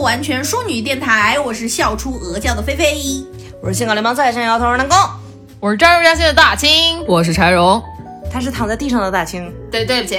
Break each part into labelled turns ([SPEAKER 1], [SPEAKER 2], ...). [SPEAKER 1] 完全淑女电台，我是笑出鹅叫的菲菲。
[SPEAKER 2] 我是性感流氓在线摇头南宫，
[SPEAKER 3] 我是战入压线的大清，我是柴荣。
[SPEAKER 2] 他是躺在地上的大清。
[SPEAKER 3] 对，对不起，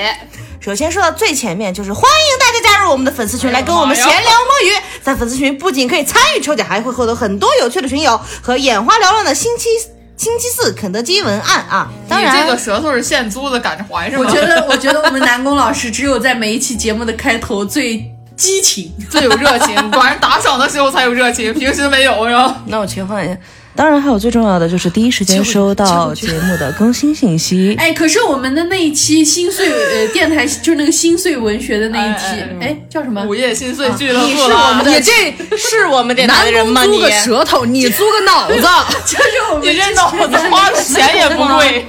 [SPEAKER 2] 首先说到最前面，就是欢迎大家加入我们的粉丝群，来跟我们闲聊摸鱼。在粉丝群不仅可以参与抽奖，还会获得很多有趣的群友和眼花缭乱的星期星期四肯德基文案啊！当
[SPEAKER 3] 你
[SPEAKER 2] 然，
[SPEAKER 3] 这个舌头是现租的，赶着还是吗？
[SPEAKER 1] 我觉得，我觉得我们南宫老师只有在每一期节目的开头最激情。
[SPEAKER 3] 最有热情，晚上打赏的时候才有热情，平时没有是吧？
[SPEAKER 2] 那我切换一下。当然，还有最重要的就是第一时间收到节目的更新信息。
[SPEAKER 1] 哎，可是我们的那一期心碎呃电台，就是那个心碎文学的那一期
[SPEAKER 3] 哎哎，
[SPEAKER 1] 哎，叫什么？
[SPEAKER 3] 午夜心碎俱乐
[SPEAKER 1] 你
[SPEAKER 3] 部
[SPEAKER 1] 是
[SPEAKER 3] 了
[SPEAKER 1] 我们
[SPEAKER 3] 啊，
[SPEAKER 1] 的，
[SPEAKER 2] 这是我们电台的
[SPEAKER 4] 南
[SPEAKER 2] 人吗？
[SPEAKER 4] 宫
[SPEAKER 2] 你
[SPEAKER 4] 租个舌头，你租个脑子。
[SPEAKER 1] 就是我们
[SPEAKER 3] 你这
[SPEAKER 1] 之前
[SPEAKER 3] 脑子花的钱也不贵。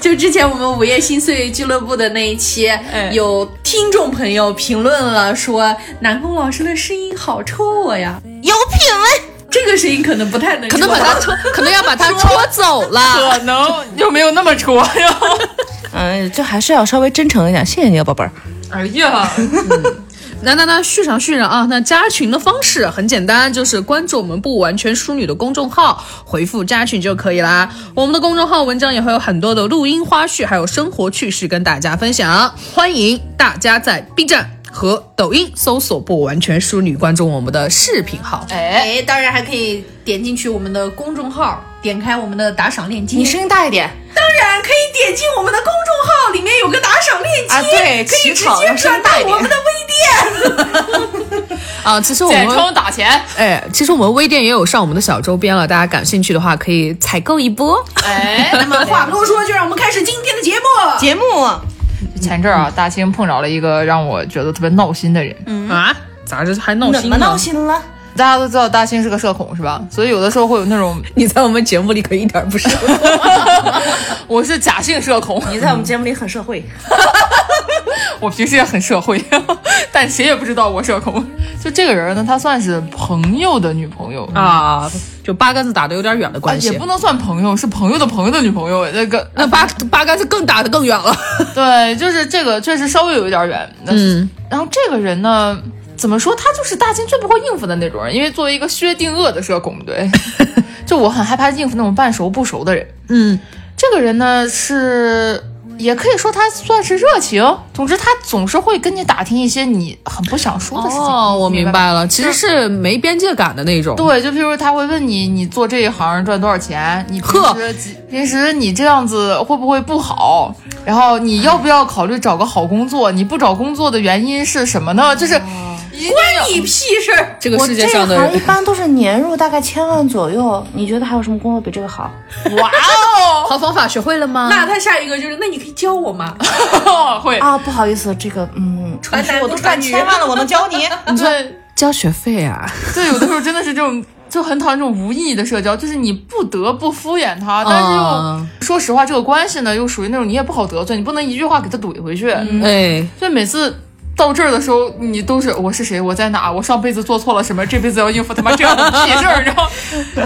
[SPEAKER 1] 就之前我们午夜心碎俱乐部的那一期，有听众朋友评论了说，南宫老师的声音好戳我呀，
[SPEAKER 2] 有品位。
[SPEAKER 1] 这个声音可能不太能，
[SPEAKER 4] 可能把他戳，可能要把他戳走了。
[SPEAKER 3] 可能又没有那么戳呀。
[SPEAKER 2] 嗯，就还是要稍微真诚一点。谢谢你啊，宝贝儿。
[SPEAKER 3] 哎呀，
[SPEAKER 4] 那那那续上续上啊！那加群的方式很简单，就是关注我们不完全淑女的公众号，回复加群就可以啦。我们的公众号文章也会有很多的录音花絮，还有生活趣事跟大家分享。欢迎大家在 B 站和抖音搜索“不完全淑女”，关注我们的视频号。
[SPEAKER 3] 哎，
[SPEAKER 1] 哎，当然还可以点进去我们的公众号，点开我们的打赏链接。
[SPEAKER 2] 音大一点
[SPEAKER 1] 当然可以点进我们的公众号，里面有个打赏链接，
[SPEAKER 2] 啊，对，
[SPEAKER 1] 可以
[SPEAKER 2] 乞
[SPEAKER 1] 直
[SPEAKER 2] 讨要
[SPEAKER 1] 接
[SPEAKER 2] 声
[SPEAKER 1] 转
[SPEAKER 2] 音大
[SPEAKER 1] 到
[SPEAKER 2] 一
[SPEAKER 1] 我
[SPEAKER 2] 点
[SPEAKER 1] 们。的微店。
[SPEAKER 4] 啊，其实我
[SPEAKER 3] 简
[SPEAKER 4] 们
[SPEAKER 3] 称打钱。
[SPEAKER 4] 哎，其实我们微店也有上我们的小周边了，大家感兴趣的话可以采购一波。
[SPEAKER 3] 哎，那么
[SPEAKER 1] 话不多说，就让我们开始今天的节目。
[SPEAKER 2] 节目
[SPEAKER 3] 前阵儿啊，大清碰着了一个让我觉得特别闹心的人。
[SPEAKER 4] 啊，咋这还闹
[SPEAKER 2] 怎
[SPEAKER 4] 心
[SPEAKER 2] 么
[SPEAKER 4] 呢？
[SPEAKER 2] 闹心了？
[SPEAKER 3] 大家都知道大清是个社恐，是吧？所以有的时候会有那种
[SPEAKER 4] 你在我们节目里可一点 不是。
[SPEAKER 3] 我是假性社恐，
[SPEAKER 2] 你在我们节目里很社会，
[SPEAKER 3] 我平时也很社会， 但谁也不知道我社恐。就这个人呢，他算是朋友的女朋友，
[SPEAKER 4] 啊，就八竿子打的有点远的
[SPEAKER 3] 啊
[SPEAKER 4] 关系。
[SPEAKER 3] 也不能算朋友，是朋友的朋友的女朋友。那个
[SPEAKER 4] 那八八竿子更打的更远了。
[SPEAKER 3] 对，就是这个确实稍微有一点远。嗯，然后这个人呢，怎么说？他就是大金最不会应付的那种人，因为作为一个薛定谔的社恐， 对，就我很害怕应付那种半熟不熟的人。
[SPEAKER 4] 嗯，
[SPEAKER 3] 这个人呢是。也可以说他算是热情，总之他总是会跟你打听一些你很不想说的事情。
[SPEAKER 4] 哦，我
[SPEAKER 3] 你
[SPEAKER 4] 明
[SPEAKER 3] 吧。
[SPEAKER 4] 白了，其实是没边界感的那种。
[SPEAKER 3] 对，就譬如他会问你，你做这一行赚多少钱？你平
[SPEAKER 4] 呵
[SPEAKER 3] 时几平时你这样子会不会不好？然后你要不要考虑找个好工作？你不找工作的原因是什么
[SPEAKER 4] 哦
[SPEAKER 3] 呢？就是
[SPEAKER 1] 关你屁事儿！
[SPEAKER 4] 这个
[SPEAKER 2] 我
[SPEAKER 4] 世
[SPEAKER 2] 这
[SPEAKER 4] 界
[SPEAKER 2] 一
[SPEAKER 4] 上的
[SPEAKER 2] 行一般都是年入大概千万左右。你觉得还有什么工作比这个好？
[SPEAKER 3] 哇
[SPEAKER 4] 好方法学会了吗？
[SPEAKER 1] 那他下一个就是，那你可以教我吗？
[SPEAKER 3] 哦，会
[SPEAKER 2] 啊，不好意思，这个嗯，
[SPEAKER 1] 传男不啊传女。
[SPEAKER 2] 了，我能教你。
[SPEAKER 3] 对
[SPEAKER 4] 交学费啊，
[SPEAKER 3] 对，有的时候真的是这种。就很讨厌这种无意义的社交，就是你不得不敷衍他， 但是又、
[SPEAKER 4] 嗯
[SPEAKER 3] 说实话，这个关系呢又属于那种你也不好得罪，你不能一句话给他怼回去。
[SPEAKER 4] 哎，
[SPEAKER 3] 所以每次到这儿的时候，你都是我是谁，我在哪，我上辈子做错了什么，这辈子要应付他妈这样的屁事儿，然后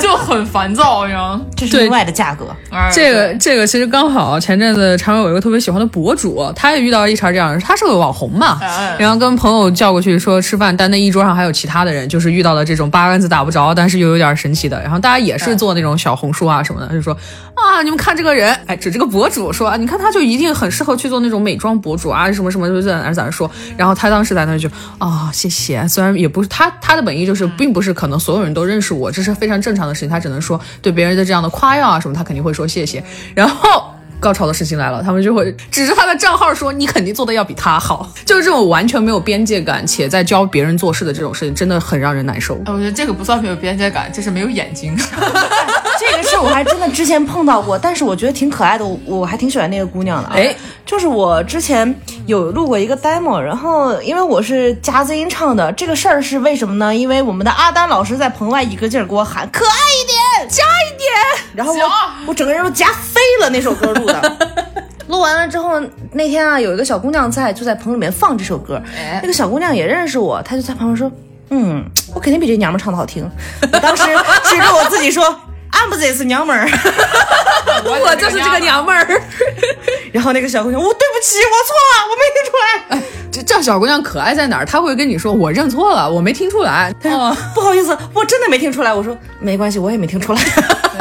[SPEAKER 3] 就很烦躁，然后
[SPEAKER 2] 这是另外的价格。
[SPEAKER 3] 哎
[SPEAKER 4] 这个这个其实刚好前阵子常有一个特别喜欢的博主，他也遇到一茬这样的人，他是个网红嘛
[SPEAKER 3] 哎，
[SPEAKER 4] 然后跟朋友叫过去说吃饭，但那一桌上还有其他的人，就是遇到了这种八竿子打不着，但是又有点神奇的，然后大家也是做那种小红书啊什么的，就说啊你们看这个人，哎指这个博主说啊你看他就一定很适合去做那种美妆博主啊什么什么，就在那儿在那儿说，然后他当时在那儿就啊、谢谢，虽然也不是他他的本意就是并不是可能所有人都认识我，这是非常正常的事情，他只能说对别人的这样的夸耀啊什么，他肯定会说谢谢，然后。高潮的事情来了，他们就会指着他的账号说：“你肯定做的要比他好。”就是这种完全没有边界感且在教别人做事的这种事情，真的很让人难受。
[SPEAKER 3] 哎我觉得这个不算没有边界感，这是没有眼睛。
[SPEAKER 2] 这个事我还真的之前碰到过，但是我觉得挺可爱的，我我还挺喜欢那个姑娘的、啊。
[SPEAKER 4] 哎，
[SPEAKER 2] 就是我之前有录过一个 demo，然后因为我是夹子音唱的，这个事儿是为什么呢？因为我们的阿丹老师在棚外一个劲儿给我喊可爱一点，加一点，然后我
[SPEAKER 3] 行
[SPEAKER 2] 我整个人都夹飞了那首歌录的。录完了之后，那天啊，有一个小姑娘在，就在棚里面放这首歌。
[SPEAKER 3] 哎
[SPEAKER 2] 那个小姑娘也认识我，她就 在旁边说：“嗯，我肯定比这娘们儿唱的好听。”我当时是跟我自己说：“哎，俺不是也是娘们儿。
[SPEAKER 4] 我 就是这个 娘们儿。
[SPEAKER 2] 然后那个小姑娘，我对不起，我错了，我没认出来，
[SPEAKER 4] 这这小姑娘可爱在哪儿？她会跟你说我认错了，我没听出来。哦，
[SPEAKER 2] 不好意思，我真的没听出来。我说没关系，我也没听出来。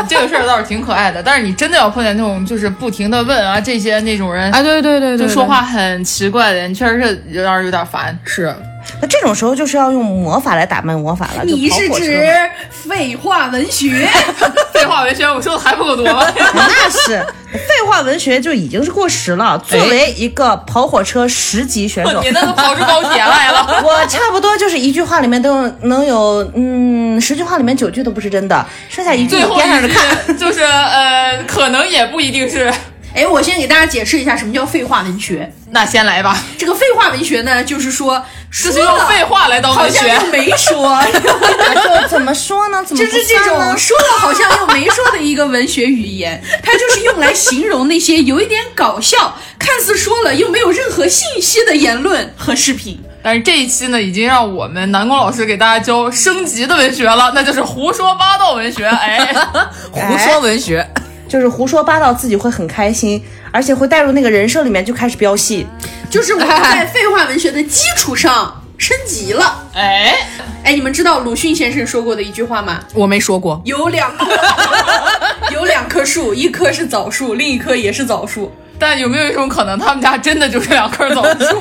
[SPEAKER 3] 这个事儿倒是挺可爱的，但是你真的要碰见那种就是不停的问啊这些那种人，
[SPEAKER 4] 哎，对对对对，
[SPEAKER 3] 就
[SPEAKER 4] 对
[SPEAKER 3] 说话很奇怪的人，确实是有点有点烦。
[SPEAKER 4] 是
[SPEAKER 2] 那这种时候就是要用魔法来打败魔法了。就
[SPEAKER 1] 你
[SPEAKER 2] 跑
[SPEAKER 1] 是
[SPEAKER 2] 火车
[SPEAKER 1] 指
[SPEAKER 2] 嘛
[SPEAKER 1] 废话文学？
[SPEAKER 3] 废话文学，我说的还不 够多吗？
[SPEAKER 2] 那是废话文学就已经是过时了。作为一个跑火车十级选手，
[SPEAKER 3] 哦你那都跑出高铁来 了。
[SPEAKER 2] 我差不多就是一句话里面都能有，嗯，十句话里面九句都不是真的，剩下一句
[SPEAKER 3] 最后
[SPEAKER 2] 你掂量着
[SPEAKER 3] 一
[SPEAKER 2] 看。
[SPEAKER 3] 句就是呃，可能也不一定是。
[SPEAKER 1] 哎，我先给大家解释一下什么叫废话文学。
[SPEAKER 3] 那先来 吧，
[SPEAKER 1] 这个废话文学呢，就是说
[SPEAKER 3] 这
[SPEAKER 1] 说
[SPEAKER 3] 是用
[SPEAKER 1] 了
[SPEAKER 3] 废话来当
[SPEAKER 1] 好
[SPEAKER 3] 文
[SPEAKER 1] 像
[SPEAKER 3] 学。
[SPEAKER 1] 又没说，
[SPEAKER 2] 就怎么说呢？怎么
[SPEAKER 1] 就
[SPEAKER 2] 不
[SPEAKER 1] 是这
[SPEAKER 2] 算
[SPEAKER 1] 种
[SPEAKER 2] 呢
[SPEAKER 1] 说了好像又没说的一个文学语言， 它就是用来形容那些有一点搞笑、看似说了又没有任何信息的言论和视频。
[SPEAKER 3] 但是这一期呢，已经让我们南宫老师给大家教升级的文学了，那就是胡说八道文 学。哎，
[SPEAKER 4] 胡说文学。
[SPEAKER 2] 就是胡说八道，自己会很开心，而且会带入那个人设里面，就开始飙戏。
[SPEAKER 1] 就是我们在废话文学的基础上升级了。
[SPEAKER 3] 哎，
[SPEAKER 1] 哎，你们知道鲁迅先生说过的一句话吗？
[SPEAKER 4] 我没说过，
[SPEAKER 1] 有两 棵，有两棵树，一棵是枣树，另一棵也是枣树。
[SPEAKER 3] 但有没有一种可能，他们家真的就是两棵枣树？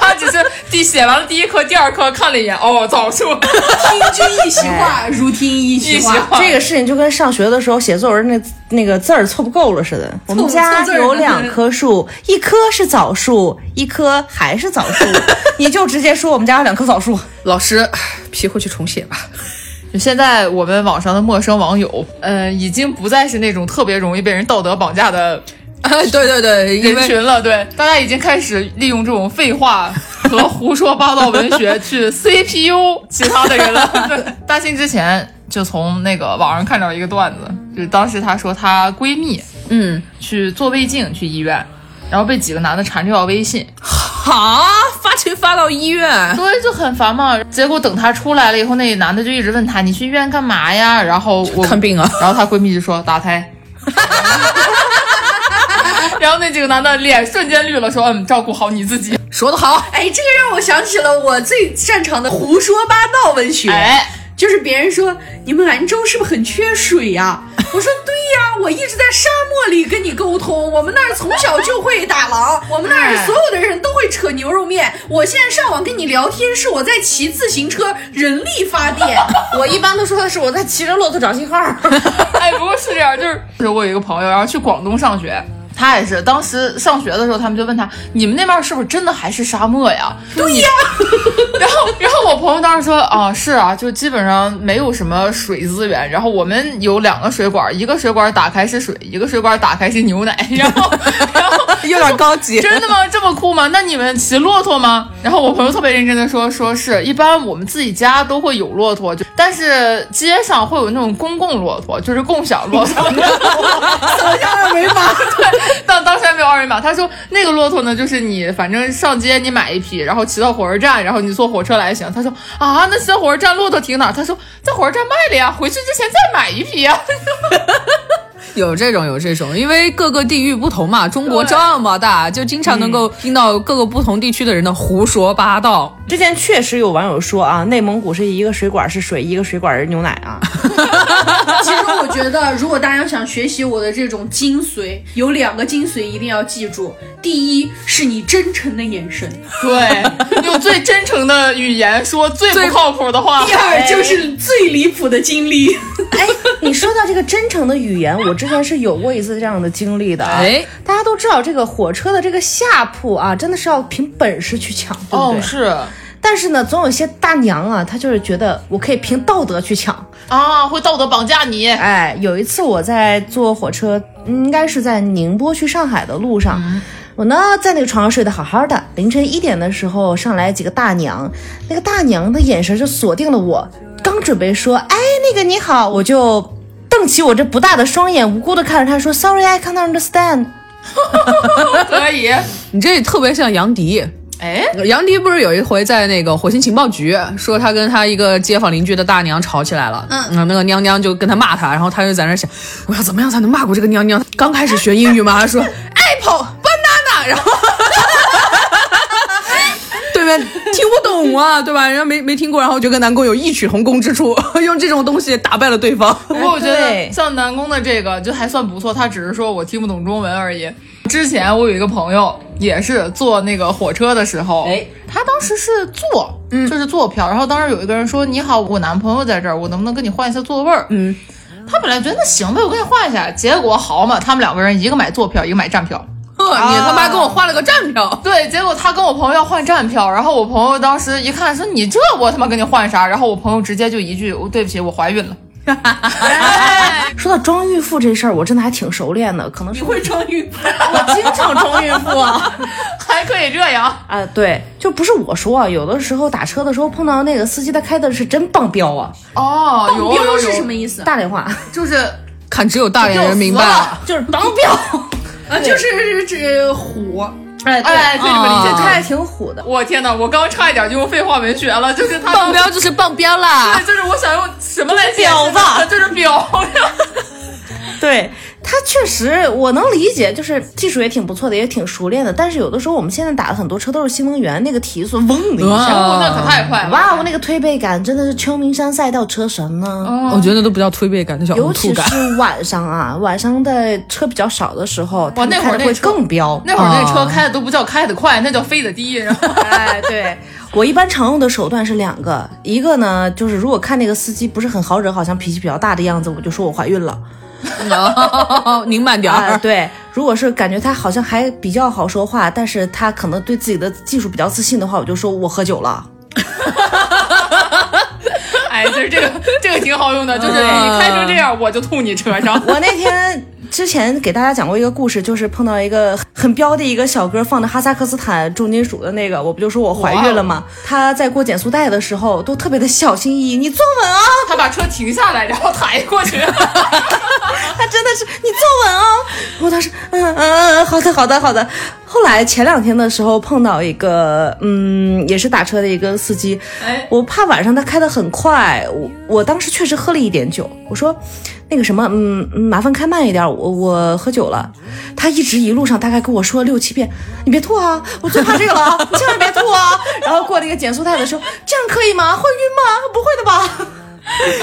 [SPEAKER 3] 他只是第写完了第一棵、第二棵，看了一眼，哦，枣 树。
[SPEAKER 1] 听君一席话，如听哎一席
[SPEAKER 3] 一席
[SPEAKER 1] 话
[SPEAKER 3] 话。
[SPEAKER 2] 这个事情就跟上学的时候写作文那那个字儿凑不够了似的。我们家有两棵树，一棵是枣树，一棵还是枣 树，你就直接说我们家有两棵枣 树。
[SPEAKER 4] 老师批回去重写吧。
[SPEAKER 3] 就 现在我们网上的陌生网友，呃，已经不再是那种特别容易被人道德绑架的
[SPEAKER 4] 哎， 对对对，因
[SPEAKER 3] 人
[SPEAKER 4] 为
[SPEAKER 3] 群了。对，大家已经开始利用这种废话 和胡说八道文学去 CPU 其他的人了。对，大庆之前就从那个网上看到一个段子，就是当时她说她闺蜜
[SPEAKER 4] 嗯，
[SPEAKER 3] 去做胃镜去医院，然后被几个男的缠着要微信，
[SPEAKER 4] 好发群发到医院，
[SPEAKER 3] 所以就很烦嘛。结果等她出来了以后，那男的就一直问她：“你去医院干嘛呀？”然后我
[SPEAKER 4] 看病啊。
[SPEAKER 3] 然后她闺蜜就说打胎。 然后那几个男的脸瞬间绿了，说：“嗯，照顾好你自己。
[SPEAKER 4] 说得好，
[SPEAKER 1] 哎，这个让我想起了我最擅长的胡说八道文”学，
[SPEAKER 3] 哎，
[SPEAKER 1] 就是别人说你们兰州是不是很缺水呀、 我说对呀、我一直在沙漠里跟你沟通，我们那儿从小就会打狼，
[SPEAKER 3] 哎
[SPEAKER 1] 我们那儿所有的人都会扯牛肉面。我现在上网跟你聊天，是我在骑自行车人力发 电。
[SPEAKER 2] 我一般都说的是我在骑着骆驼找信号。
[SPEAKER 3] 哎，不过是这样，就是就是我有一个朋友，然后去广东上学。他也是，当时上学的时候，他们就问他：“你们那边是不是真的还是沙漠呀？”对呀。然后，然后我朋友当时说：“啊，是啊，就基本上没有什么水资源。然后我们有两个水管，一个水管打开是水，一个水管打开是牛奶。然后， 然后
[SPEAKER 4] 有点高级。
[SPEAKER 3] 真的吗？这么酷吗？那你们骑骆驼吗？然后我朋友特别认真的说，说是一般我们自己家都会有骆驼，就但是街上会有那种公共骆驼，就是共享骆驼。
[SPEAKER 1] 扫下二维 码，
[SPEAKER 3] 但当时还没有二维码。他说那个骆驼呢，就是你反正上街你买一匹，然后骑到火车站，然后你坐火车来就行。他说啊，那骑到火车站骆驼停哪儿？他说在火车站卖了呀，回去之前再买一匹呀。
[SPEAKER 4] 有这种有这种，因为各个地域不同嘛，中国这么大，就经常能
[SPEAKER 2] 嗯
[SPEAKER 4] 够听到各个不同地区的人的胡说八道。
[SPEAKER 2] 之前确实有网友说啊，内蒙古是一个水管是水，一个水管是牛奶 啊。
[SPEAKER 1] 其实我觉得，如果大家想学习我的这种精髓，有两个精髓一定要记住：第一是你真诚的眼神，
[SPEAKER 3] 对， 用最真诚的语言说最不靠谱的 话
[SPEAKER 1] 第。二就是最离谱的经历。
[SPEAKER 2] 哎，你说到这个真诚的语言，我之前是有过一次这样的经历的啊。
[SPEAKER 4] 哎，
[SPEAKER 2] 大家都知道这个火车的这个下铺啊，真的是要凭本事去抢，对不
[SPEAKER 3] 哦
[SPEAKER 2] 对？，
[SPEAKER 3] 是
[SPEAKER 2] 但是呢，总有些大娘啊，她就是觉得我可以凭道德去抢。
[SPEAKER 3] 啊，会道德绑架你。
[SPEAKER 2] 哎，有一次我在坐火车，应该是在宁波去上海的路上。我呢，在那个床上睡得好好的，凌晨一点的时候上来几个大娘，那个大娘的眼神就锁定了我，刚准备说“哎，那个你好”，我就瞪起我这不大的双眼，无辜的看着她说
[SPEAKER 3] 哎
[SPEAKER 2] “Sorry, I can't understand”。
[SPEAKER 3] 可以，
[SPEAKER 4] 你这也特别像杨迪，
[SPEAKER 3] 哎，
[SPEAKER 4] 杨迪不是有一回在那个火星情报局说他跟他一个街坊邻居的大娘吵起来了，
[SPEAKER 1] 嗯
[SPEAKER 4] 那个娘娘就跟他骂他，然后他就在那儿想，我要怎么样才能骂过这个娘娘？刚开始学英语嘛，他说 apple banana，然后对面听不懂啊，对吧？人家没没听过，然后就跟南宫有异曲同工之处，用这种东西打败了对方。
[SPEAKER 3] 不过我觉得
[SPEAKER 2] 对
[SPEAKER 3] 像南宫的这个就还算不错，他只是说我听不懂中文而已。之前我有一个朋友也是坐那个火车的时候，
[SPEAKER 1] 哎，
[SPEAKER 3] 他当时是坐，就是坐票，然后当时有一个人说：“你好，我男朋友在这儿，我能不能跟你换一下座位儿？”嗯，他本来觉得那行呗，我跟你换一下，结果好嘛，他们两个人一个买坐票，一个买站票。
[SPEAKER 4] 呵，你他妈跟我换了个站票，
[SPEAKER 3] 对，结果他跟我朋友要换站票，然后我朋友当时一看说：“你这我他妈跟你换啥？”然后我朋友直接就一句：“我对不起，我怀孕了。”
[SPEAKER 2] 说到装孕妇这事儿，我真的还挺熟练的，可能
[SPEAKER 1] 你
[SPEAKER 2] 是
[SPEAKER 1] 会装孕妇？
[SPEAKER 2] 我经常装孕妇啊。
[SPEAKER 3] 还可以这样，
[SPEAKER 2] 啊，对，就不是我说啊，有的时候打车的时候碰到那个司机，他开的是真棒标啊，
[SPEAKER 3] 哦，有有
[SPEAKER 1] 标
[SPEAKER 3] 有
[SPEAKER 1] 是什么意思？
[SPEAKER 2] 大连 话
[SPEAKER 3] 就是
[SPEAKER 4] 看只有大连哎人明白了。
[SPEAKER 2] 就是 哎当标，
[SPEAKER 1] 啊，就是指虎。
[SPEAKER 2] 哎对，
[SPEAKER 3] 哎，可以这么理解。
[SPEAKER 2] 他
[SPEAKER 3] 就是
[SPEAKER 2] 还挺虎的。
[SPEAKER 3] 我天哪，我刚差一点就用废话文学了，就是他
[SPEAKER 4] 棒标就是棒标啦
[SPEAKER 3] 对，，就是我想用什么来解释
[SPEAKER 2] 婊子
[SPEAKER 3] 它就是婊子。
[SPEAKER 2] 对他确实，我能理解，就是技术也挺不错的，也挺熟练的。但是有的时候我们现在打的很多车都是新能源，那个提速嗡的一下，
[SPEAKER 4] 啊
[SPEAKER 3] 哦，那可太快了。
[SPEAKER 2] 哇，我那个推背感真的是秋名山赛道车神呢、
[SPEAKER 3] 哦
[SPEAKER 4] 我觉得那都不叫推背感，那叫
[SPEAKER 2] 尤
[SPEAKER 4] 呕吐
[SPEAKER 2] 其
[SPEAKER 4] 感。
[SPEAKER 2] 是晚上啊，晚上的车比较少的时候，他们
[SPEAKER 3] 那会
[SPEAKER 2] 开
[SPEAKER 3] 儿
[SPEAKER 2] 的
[SPEAKER 3] 那
[SPEAKER 2] 会
[SPEAKER 3] 车
[SPEAKER 2] 更飙。啊
[SPEAKER 3] 那会儿那车开的都不叫开的快，那叫飞得低。然后
[SPEAKER 2] 哎，对 我一般常用的手段是两个，一个呢就是如果看那个司机不是很好惹，好像脾气比较大的样子，我就说我怀孕了。
[SPEAKER 4] 哦，您慢点
[SPEAKER 2] 啊、
[SPEAKER 4] 儿。
[SPEAKER 2] 对，如果是感觉他好像还比较好说话，但是他可能对自己的技术比较自信的话，我就说我喝酒了。
[SPEAKER 3] 哎，就是这个这个挺好用的，就是
[SPEAKER 4] 嗯
[SPEAKER 3] 你开成这样，我就吐你车上。
[SPEAKER 2] 我那天之前给大家讲过一个故事，就是碰到一个嗯很彪的一个小哥放的哈萨克斯坦重金属的那个，我不就说我怀孕了吗？他在过减速带的时候都特别的小心翼翼，你坐稳啊，
[SPEAKER 3] 他把车停下来，然后抬过 去。
[SPEAKER 2] 他真的是你坐稳哦。我当时嗯嗯嗯，好的好的好的。后来前两天的时候碰到一个嗯，也是打车的一个司机，
[SPEAKER 3] 哎，
[SPEAKER 2] 我怕晚上他开得很快，我我当时确实喝了一点酒，我说那个什么，嗯，嗯麻烦开慢一点，我我喝酒了。他一直一路上大概跟我说六七遍，你别吐啊，我最怕这个 了啊，你千万别吐啊。然后过那个减速带的时候，这样可以吗？会晕吗？不会的吧？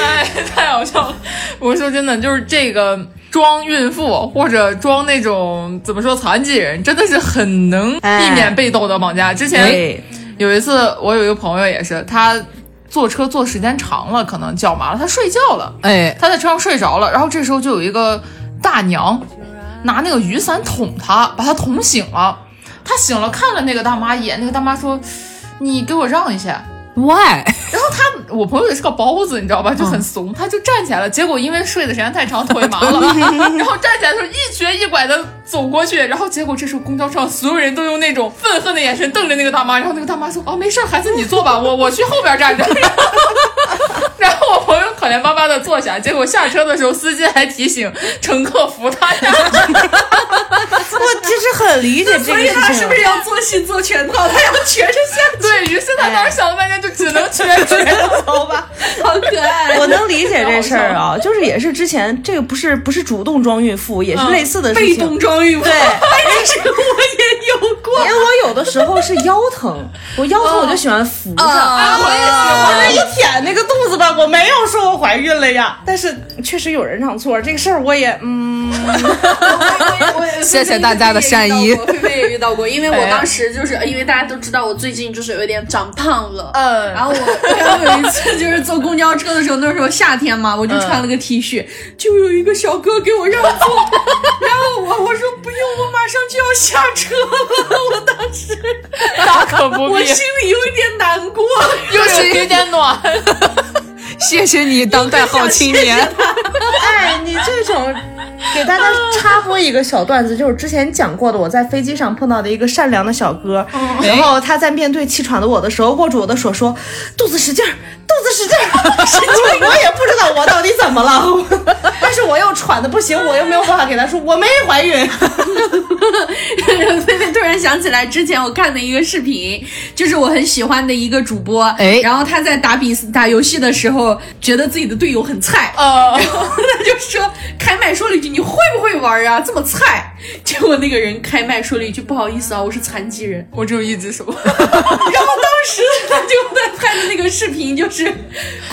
[SPEAKER 3] 哎，太好笑了！我说真的，就是这个装孕妇或者装那种怎么说残疾人，真的是很能避免被道德绑架。之
[SPEAKER 1] 哎
[SPEAKER 3] 前
[SPEAKER 2] 对，
[SPEAKER 3] 有一次，我有一个朋友也是，他坐车坐时间长了，可能脚麻了，他睡觉了，
[SPEAKER 4] 哎，
[SPEAKER 3] 他在车上睡着了，然后这时候就有一个大娘拿那个雨伞捅他，把他捅醒了。他醒了，看了那个大妈一眼，那个大妈说：“你给我让一下。”
[SPEAKER 4] why？
[SPEAKER 3] 我朋友也是个包子，你知道吧，就很怂，他就站起来了。结果因为睡的时间太长，腿麻了，然后站起来的时候一瘸一拐的走过去，然后结果这时候公交车上所有人都用那种愤恨的眼神瞪着那个大妈，然后那个大妈说：“哦，没事儿，孩子你坐吧，我我去后边站着。” 然后我朋友可怜巴巴的坐下，结果下车的时候司机还提醒乘客扶他下去。
[SPEAKER 2] 我其实很理解这
[SPEAKER 1] 所
[SPEAKER 2] 个
[SPEAKER 1] 以他
[SPEAKER 2] 事
[SPEAKER 1] 是
[SPEAKER 2] 情
[SPEAKER 1] 不。是要做戏做全套？他要瘸着下
[SPEAKER 3] 对于是他当时想了半天，就只能瘸瘸。
[SPEAKER 2] 好吧，
[SPEAKER 1] 去，好可爱。
[SPEAKER 2] 我能理 解这事儿啊，就是也是之前这个不是不是主动装孕妇，也是类似的
[SPEAKER 1] 嗯
[SPEAKER 2] 事
[SPEAKER 1] 被
[SPEAKER 2] 情。
[SPEAKER 1] 动装孕妇，
[SPEAKER 2] 对
[SPEAKER 1] 但是我也有过。
[SPEAKER 2] 因为我有的时候是腰疼，我腰疼我就喜欢扶着，
[SPEAKER 1] 啊
[SPEAKER 2] 我也喜欢，我这一舔那个肚子吧，我没有说我怀孕了呀，但是确实有人让座，这个事儿我也嗯，
[SPEAKER 4] 谢谢大家的善意哎
[SPEAKER 1] 菲菲也遇到过，因为我当时就是因为大家都知道我最近就是有一点长胖了，
[SPEAKER 3] 嗯
[SPEAKER 1] 然后我然后有一次就是坐公交车的时候，那时候夏天嘛，
[SPEAKER 4] 嗯
[SPEAKER 1] 我就穿了个 T 恤，就有一个小哥给我让座，然后我我说不用，我马上就要下车了，我当时
[SPEAKER 3] 大可不
[SPEAKER 1] 我
[SPEAKER 3] 必，
[SPEAKER 1] 心里有一点难过，
[SPEAKER 3] 又是一点暖。
[SPEAKER 4] 谢谢你，当代好青年。
[SPEAKER 2] 哎，你这种。给大家插播一个小段子，就是之前讲过的，我在飞机上碰到的一个善良的小哥，然后他在面对气喘的我的时候，握住我的手说：“肚子使劲儿，肚子使劲儿。”我也不知道我到底怎么了，但是是我又喘的不行，我又没有办法给他说我没怀孕。
[SPEAKER 1] 菲菲突然想起来之前我看的一个视频，就是我很喜欢的一个主播，
[SPEAKER 4] 哎
[SPEAKER 1] 然后他在打比打游戏的时候，觉得自己的队友很菜，
[SPEAKER 3] 呃，
[SPEAKER 1] 然后他就说开麦说了一句：“你会不会玩啊？这么菜。” 结果那个人开麦说了一句：“不好意思啊，我是残疾人。”
[SPEAKER 3] 我只有一只手。
[SPEAKER 1] 然后当时他就在拍的那个视频，就是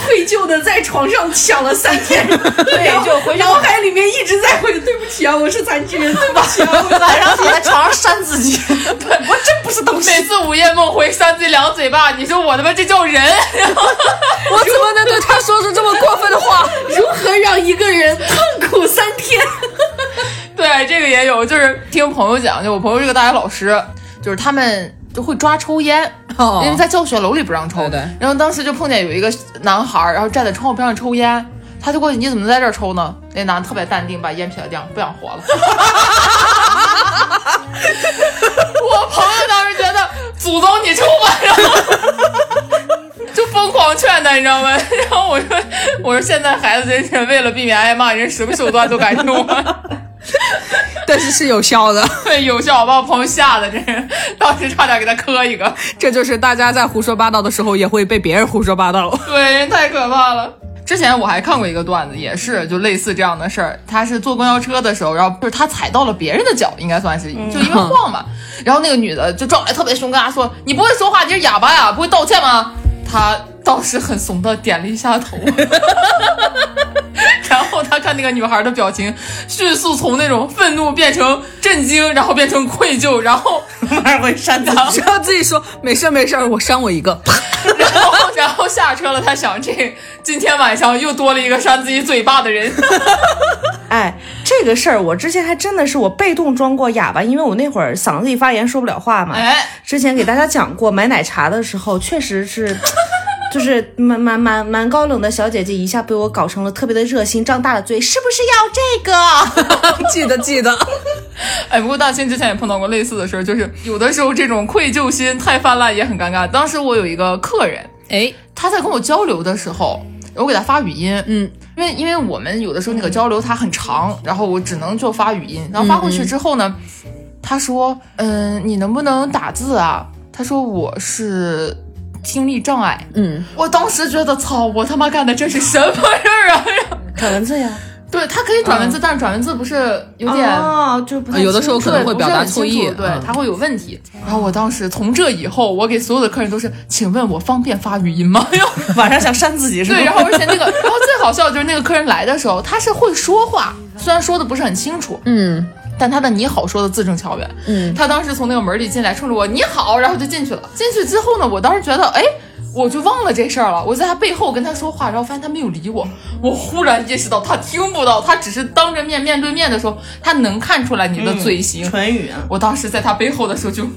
[SPEAKER 1] 愧疚的在床上想了三天，对
[SPEAKER 3] 就回去
[SPEAKER 1] 脑海里面一直在回对不起啊，我是残疾人，对不起 啊，我
[SPEAKER 2] 晚上躺在床上扇自己，我真不是东西。
[SPEAKER 3] 每次午夜梦回扇自己两嘴巴，你说我他妈这叫人？
[SPEAKER 4] 我怎么能对他说出这么过分 的话？
[SPEAKER 1] 如何让一个人痛苦三天？
[SPEAKER 3] 对，这个也有，就是听朋友讲，就我朋友是个大学老师，就是他们就会抓抽烟，
[SPEAKER 4] 哦
[SPEAKER 3] 因为在教学楼里不让抽。
[SPEAKER 4] 对对
[SPEAKER 3] 然后当时就碰见有一个男孩儿，然后站在窗户边上抽烟，他就过去，你怎么在这儿抽呢？那男的特别淡定，把烟撇掉，不想活了。 我朋友当时觉得祖宗你抽吧，然后就疯狂劝他，你知道吗？ 然后我说，我说现在孩子真是为了避免挨骂，人什么手段都敢用、
[SPEAKER 4] 但是是有效的，
[SPEAKER 3] 对， 有效，把我朋友吓得，真是当时差点给他磕一个。
[SPEAKER 4] 这就是大家在胡说八道的时候也会被别人胡说八道。
[SPEAKER 3] 对，人太可怕了。之前我还看过一个段子，也是就类似这样的事儿。他是坐公交车的时候，然后就是他踩到了别人的脚，应该算是就因为晃 嘛。然后那个女的就撞来特别凶，跟他说：“你不会说话，你是哑巴呀？不会道歉吗？”他当时很怂的点了一下 头，然后他看那个女孩的表情，迅速从那种愤怒变成震惊，然后变成愧疚，然后
[SPEAKER 2] 晚上会扇自己。
[SPEAKER 4] 只要自己说没事儿没事儿，我扇我一个， 啪
[SPEAKER 3] 然后然后下车了，他想这今天晚上又多了一个扇自己嘴巴的人。
[SPEAKER 2] 哎，这个事儿我之前还真的是我被动装过哑巴，因为我那会儿嗓子里发炎说不了话
[SPEAKER 4] 啊
[SPEAKER 2] 嘛。
[SPEAKER 3] 哎，
[SPEAKER 2] 之前给大家讲过，买奶茶的时候确实是。就是蛮蛮蛮蛮高冷的小姐姐，一下被我搞成了特别的热心，张大了嘴，是不是要这个？
[SPEAKER 4] 记得记得。
[SPEAKER 3] 哎，不过大清之前也碰到过类似的事儿，就是有的时候这种愧疚心太泛滥也很尴尬。当时我有一个客人，
[SPEAKER 4] 哎，
[SPEAKER 3] 他在跟我交流的时候，我给他发语音，
[SPEAKER 4] 嗯，
[SPEAKER 3] 因为因为我们有的时候那个交流它很长，然后我只能就发语音，然后发过
[SPEAKER 4] 嗯
[SPEAKER 3] 去之后呢，他说，嗯，你能不能打字啊？他说我是听力障碍，
[SPEAKER 4] 嗯，
[SPEAKER 3] 我当时觉得操，我他妈干的这是什么事儿啊？
[SPEAKER 2] 转文字呀，
[SPEAKER 3] 对他可以转
[SPEAKER 4] 嗯
[SPEAKER 3] 文字，但是转文字不是有点。
[SPEAKER 2] 哦，就不太
[SPEAKER 4] 呃有的时候
[SPEAKER 2] 清楚
[SPEAKER 4] 可能会
[SPEAKER 3] 不是
[SPEAKER 4] 表达
[SPEAKER 3] 很清
[SPEAKER 4] 错意
[SPEAKER 3] 楚对
[SPEAKER 4] 嗯
[SPEAKER 3] 他会有问题。然后我当时从这以后，我给所有的客人都是，请问我方便发语音吗？
[SPEAKER 2] 晚上想扇自己是吧？
[SPEAKER 3] 对，然后而且那个，然后最好笑的就是那个客人来的时候，他是会说话，虽然说的不是很清楚，
[SPEAKER 4] 嗯
[SPEAKER 3] 但他的你好说的字正腔圆。
[SPEAKER 4] 嗯，
[SPEAKER 3] 他当时从那个门里进来，冲着我你好，然后就进去了。进去之后呢，我当时觉得，哎。我就忘了这事儿了，我在他背后跟他说话，然后发现他没有理我，我忽然意识到他听不到，他只是当着面面对面的时候，他能看出来你的嘴型。
[SPEAKER 2] 唇语啊，
[SPEAKER 3] 我当时在他背后的时候就，
[SPEAKER 4] 我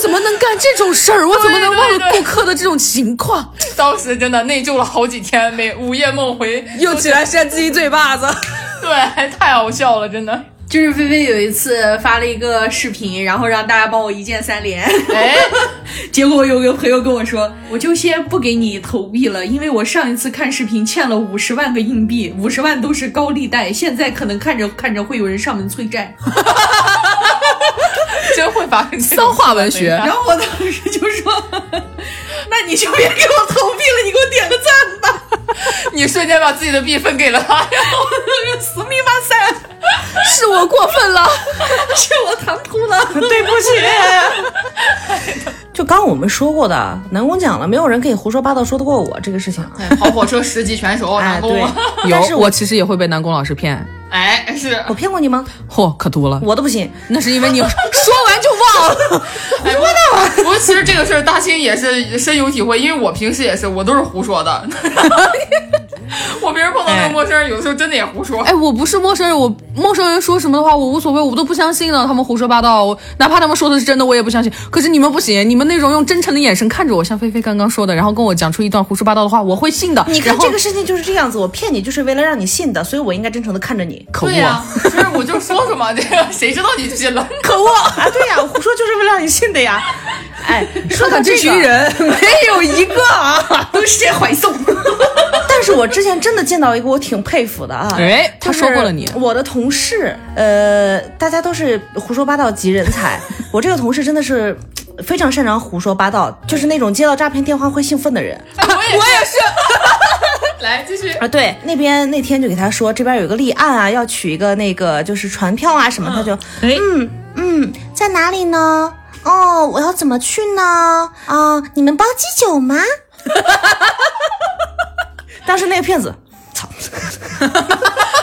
[SPEAKER 4] 怎么能干这种事儿？我怎么能忘
[SPEAKER 3] 对对
[SPEAKER 4] 了顾客的这种情况？
[SPEAKER 3] 当时真的内疚了好几天，每午夜梦回，
[SPEAKER 4] 又起来扇自己嘴巴子。
[SPEAKER 3] 对，太好笑了，真的。
[SPEAKER 1] 就是菲菲有一次发了一个视频，然后让大家帮我一键三连，
[SPEAKER 3] 哎，
[SPEAKER 1] 结果有个朋友跟我说，我就先不给你投币了，因为我上一次看视频欠了五十万个硬币，五十万都是高利贷，现在可能看着看着会有人上门催债。
[SPEAKER 3] 真会发生这种
[SPEAKER 4] 脏话文学
[SPEAKER 1] 然后我当时就说，那你就别给我投币了，你给我点个赞吧，
[SPEAKER 3] 你瞬间把自己的币分给了他，然后
[SPEAKER 1] 死命吧塞，
[SPEAKER 4] 是我过分了，
[SPEAKER 1] 是我唐突了。
[SPEAKER 2] 对不起。 就刚我们说过的，南宫讲了，没有人可以胡说八道说得过我这个事情啊。
[SPEAKER 3] 哎跑火车十级全熟，
[SPEAKER 2] 哎，
[SPEAKER 3] 南
[SPEAKER 2] 对
[SPEAKER 3] 宫，，
[SPEAKER 4] 有
[SPEAKER 2] 但是
[SPEAKER 4] 我其实也会被南宫老师骗，
[SPEAKER 3] 哎，是，
[SPEAKER 2] 我骗过你吗？
[SPEAKER 4] 嚯、可多了。
[SPEAKER 2] 我都不信。
[SPEAKER 4] 那是因为你说完就忘了，
[SPEAKER 3] 胡说的。不过其实这个事儿大清也是深有体会，因为我平时也是，我都是胡说的。我平时碰到那个陌生人，有的时候真的也胡说。
[SPEAKER 4] 哎，我不是陌生人，我陌生人说什么的话我无所谓，我都不相信呢。他们胡说八道，我哪怕他们说的是真的，我也不相信。可是你们不行，你们那种用真诚的眼神看着我，像菲菲刚刚说的，然后跟我讲出一段胡说八道的话，我会信的。
[SPEAKER 2] 你看
[SPEAKER 4] 然后
[SPEAKER 2] 这个事情就是这样子，我骗你就是为了让你信的，所以我应该真诚的看着你。
[SPEAKER 4] 可恶
[SPEAKER 3] 对呀、其实我就说说嘛，这个谁知道你就信了？
[SPEAKER 2] 可恶啊！对呀、我胡说就是为了让你信的呀。 哎，说
[SPEAKER 4] 看
[SPEAKER 2] 到
[SPEAKER 4] 看
[SPEAKER 2] 这
[SPEAKER 4] 这
[SPEAKER 2] 个
[SPEAKER 4] 群人，没有一个啊，
[SPEAKER 1] 都是些怀送。
[SPEAKER 2] 但但是我之前真的见到一个我挺佩服的啊，
[SPEAKER 4] 哎他
[SPEAKER 2] 就是
[SPEAKER 4] 说过了你
[SPEAKER 2] 我的同事，呃，大家都是胡说八道集人才， 我这个同事真的是。非常擅长胡说八道，就是那种接到诈骗电话会兴奋的人
[SPEAKER 3] 我也是。 来，继续。
[SPEAKER 2] 啊。对，那边那天就给他说，这边有个立案啊，要取一个那个就是传票啊什么，他就
[SPEAKER 4] 哎，
[SPEAKER 2] 嗯，在哪里呢？哦，我要怎么去呢？啊、你们包鸡酒吗？ 当时那个骗子，操，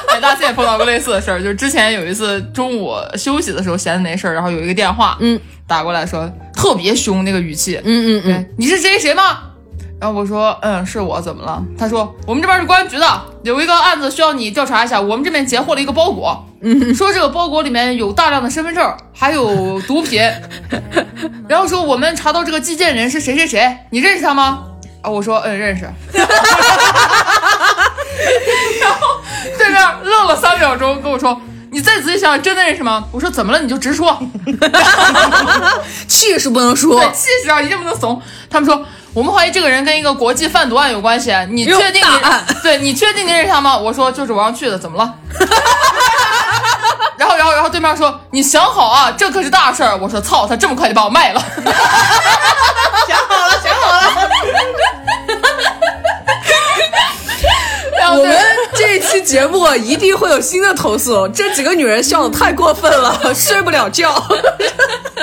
[SPEAKER 3] 哎，大家也碰到过类似的事儿，就是之前有一次中午休息的时候闲的没事儿，然后有一个电话，嗯，打过来说特别凶那个语气，
[SPEAKER 4] 嗯嗯嗯，
[SPEAKER 3] 对，你是谁谁吗？然后我说，嗯，是我，怎么了？他说，我们这边是公安局的，有一个案子需要你调查一下。我们这边截获了一个包裹，嗯，说这个包裹里面有大量的身份证，还有毒品。然后说我们查到这个寄件人是谁谁谁，你认识他吗？啊，我说，嗯，认识。然后对面愣了三秒钟，跟我说。你再仔细想想，真的认识吗？我说怎么了？你就直说。
[SPEAKER 4] 气势不能输，
[SPEAKER 3] 对，气势啊，一定不能怂。他们说，我们怀疑这个人跟一个国际贩毒案有关系，啊你
[SPEAKER 4] 又
[SPEAKER 3] 确定
[SPEAKER 4] 大
[SPEAKER 3] 你
[SPEAKER 4] 案
[SPEAKER 3] 对你确定你认识他吗？我说就是晚上去的，怎么了？然后，然后，然后对面说：“你想好啊，这可是大事儿。”我说：“操，他这么快就把我卖了。
[SPEAKER 2] 想好了，想好了。”
[SPEAKER 3] 然后
[SPEAKER 4] 我们
[SPEAKER 3] 对，
[SPEAKER 4] 这一期节目一定会有新的投诉，这几个女人笑的太过分了， 睡不了觉。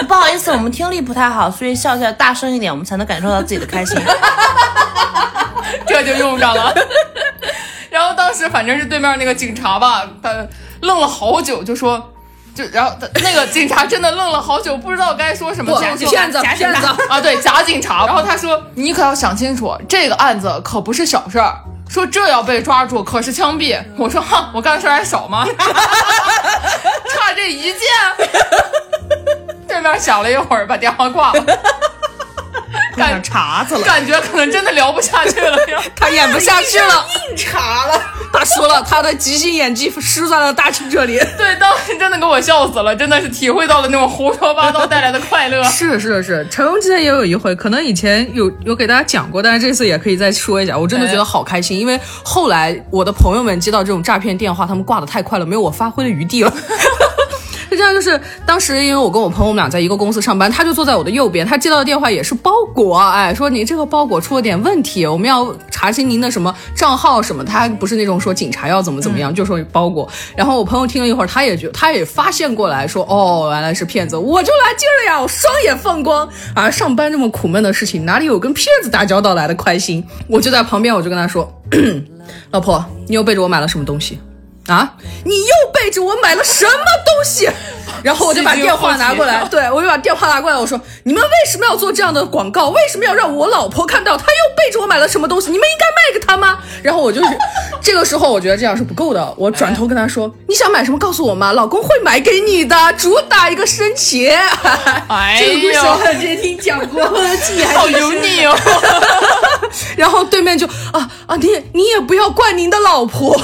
[SPEAKER 2] 不好意思，我们听力不太好，所以笑起来大声一点，我们才能感受到自己的 开心。哦
[SPEAKER 3] 这就用上了。 然后当时反正是对面那个警察吧，他愣了好久，就说。就然后他那个警察真的愣了好久，不知道该说什么。
[SPEAKER 4] 不
[SPEAKER 3] 最后就
[SPEAKER 4] 骗子
[SPEAKER 3] 假
[SPEAKER 4] 骗子
[SPEAKER 3] 警察啊，对，假警察。然后他说：“你可要想清楚，这个案子可不是小事儿，说这要被抓住可是枪毙。”我说：“哈，我干的事儿还少吗？ 差这一件。”对面想了一会儿，把电话挂了，
[SPEAKER 2] 想查去了，
[SPEAKER 3] 感觉可能真的聊不下去了。
[SPEAKER 4] 他演不下去了，
[SPEAKER 1] 硬查了。
[SPEAKER 4] 他输了，他的即兴演技输在了大庆这里。。
[SPEAKER 3] 对，当时真的给我笑死了，真的是体会到了那种胡说八道带来的快乐
[SPEAKER 4] 是是是，陈荣今天也有一回，可能以前有有给大家讲过，但是这次也可以再说一下。我真的觉得好开心，因为后来我的朋友们接到这种诈骗电话，他们挂的太快了，没有我发挥的余地了。 是这样，就是当时因为我跟我朋友我们俩在一个公司上班，他就坐在我的右边，他接到的电话也是包裹，哎，说你这个包裹出了点问题，我们要查清您的什么账号什么，他不是那种说警察要怎么怎么样，就说包裹。然后我朋友听了一会儿，他也觉他也发现过来说，哦，原来是骗子，我就来劲儿了呀，我双眼放光啊！上班这么苦闷的事情，哪里有跟骗子打交道来的开心？我就在旁边，我就跟他说， 老婆，你又背着我买了什么东西？啊！你又背着我买了什么东西？ 然后我就把电话拿过来，对我就把电话拿过来，我说你们为什么要做这样的广告？为什么要让我老婆看到她又背着我买了什么东西？你们应该卖给她吗？然后我就是 这个时候，我觉得这样是不够的，我转头跟她
[SPEAKER 3] 哎
[SPEAKER 4] 说，你想买什么告诉我嘛，老公会买给你的，主打一个生茄。
[SPEAKER 3] 哎
[SPEAKER 1] 这个故
[SPEAKER 3] 呦
[SPEAKER 1] 事，我好像之前听讲过，我 的记忆还
[SPEAKER 3] 好
[SPEAKER 1] 挺
[SPEAKER 3] 油
[SPEAKER 1] 深
[SPEAKER 3] 腻哦！
[SPEAKER 4] 然后对面就啊啊，你也你也不要怪您的老婆，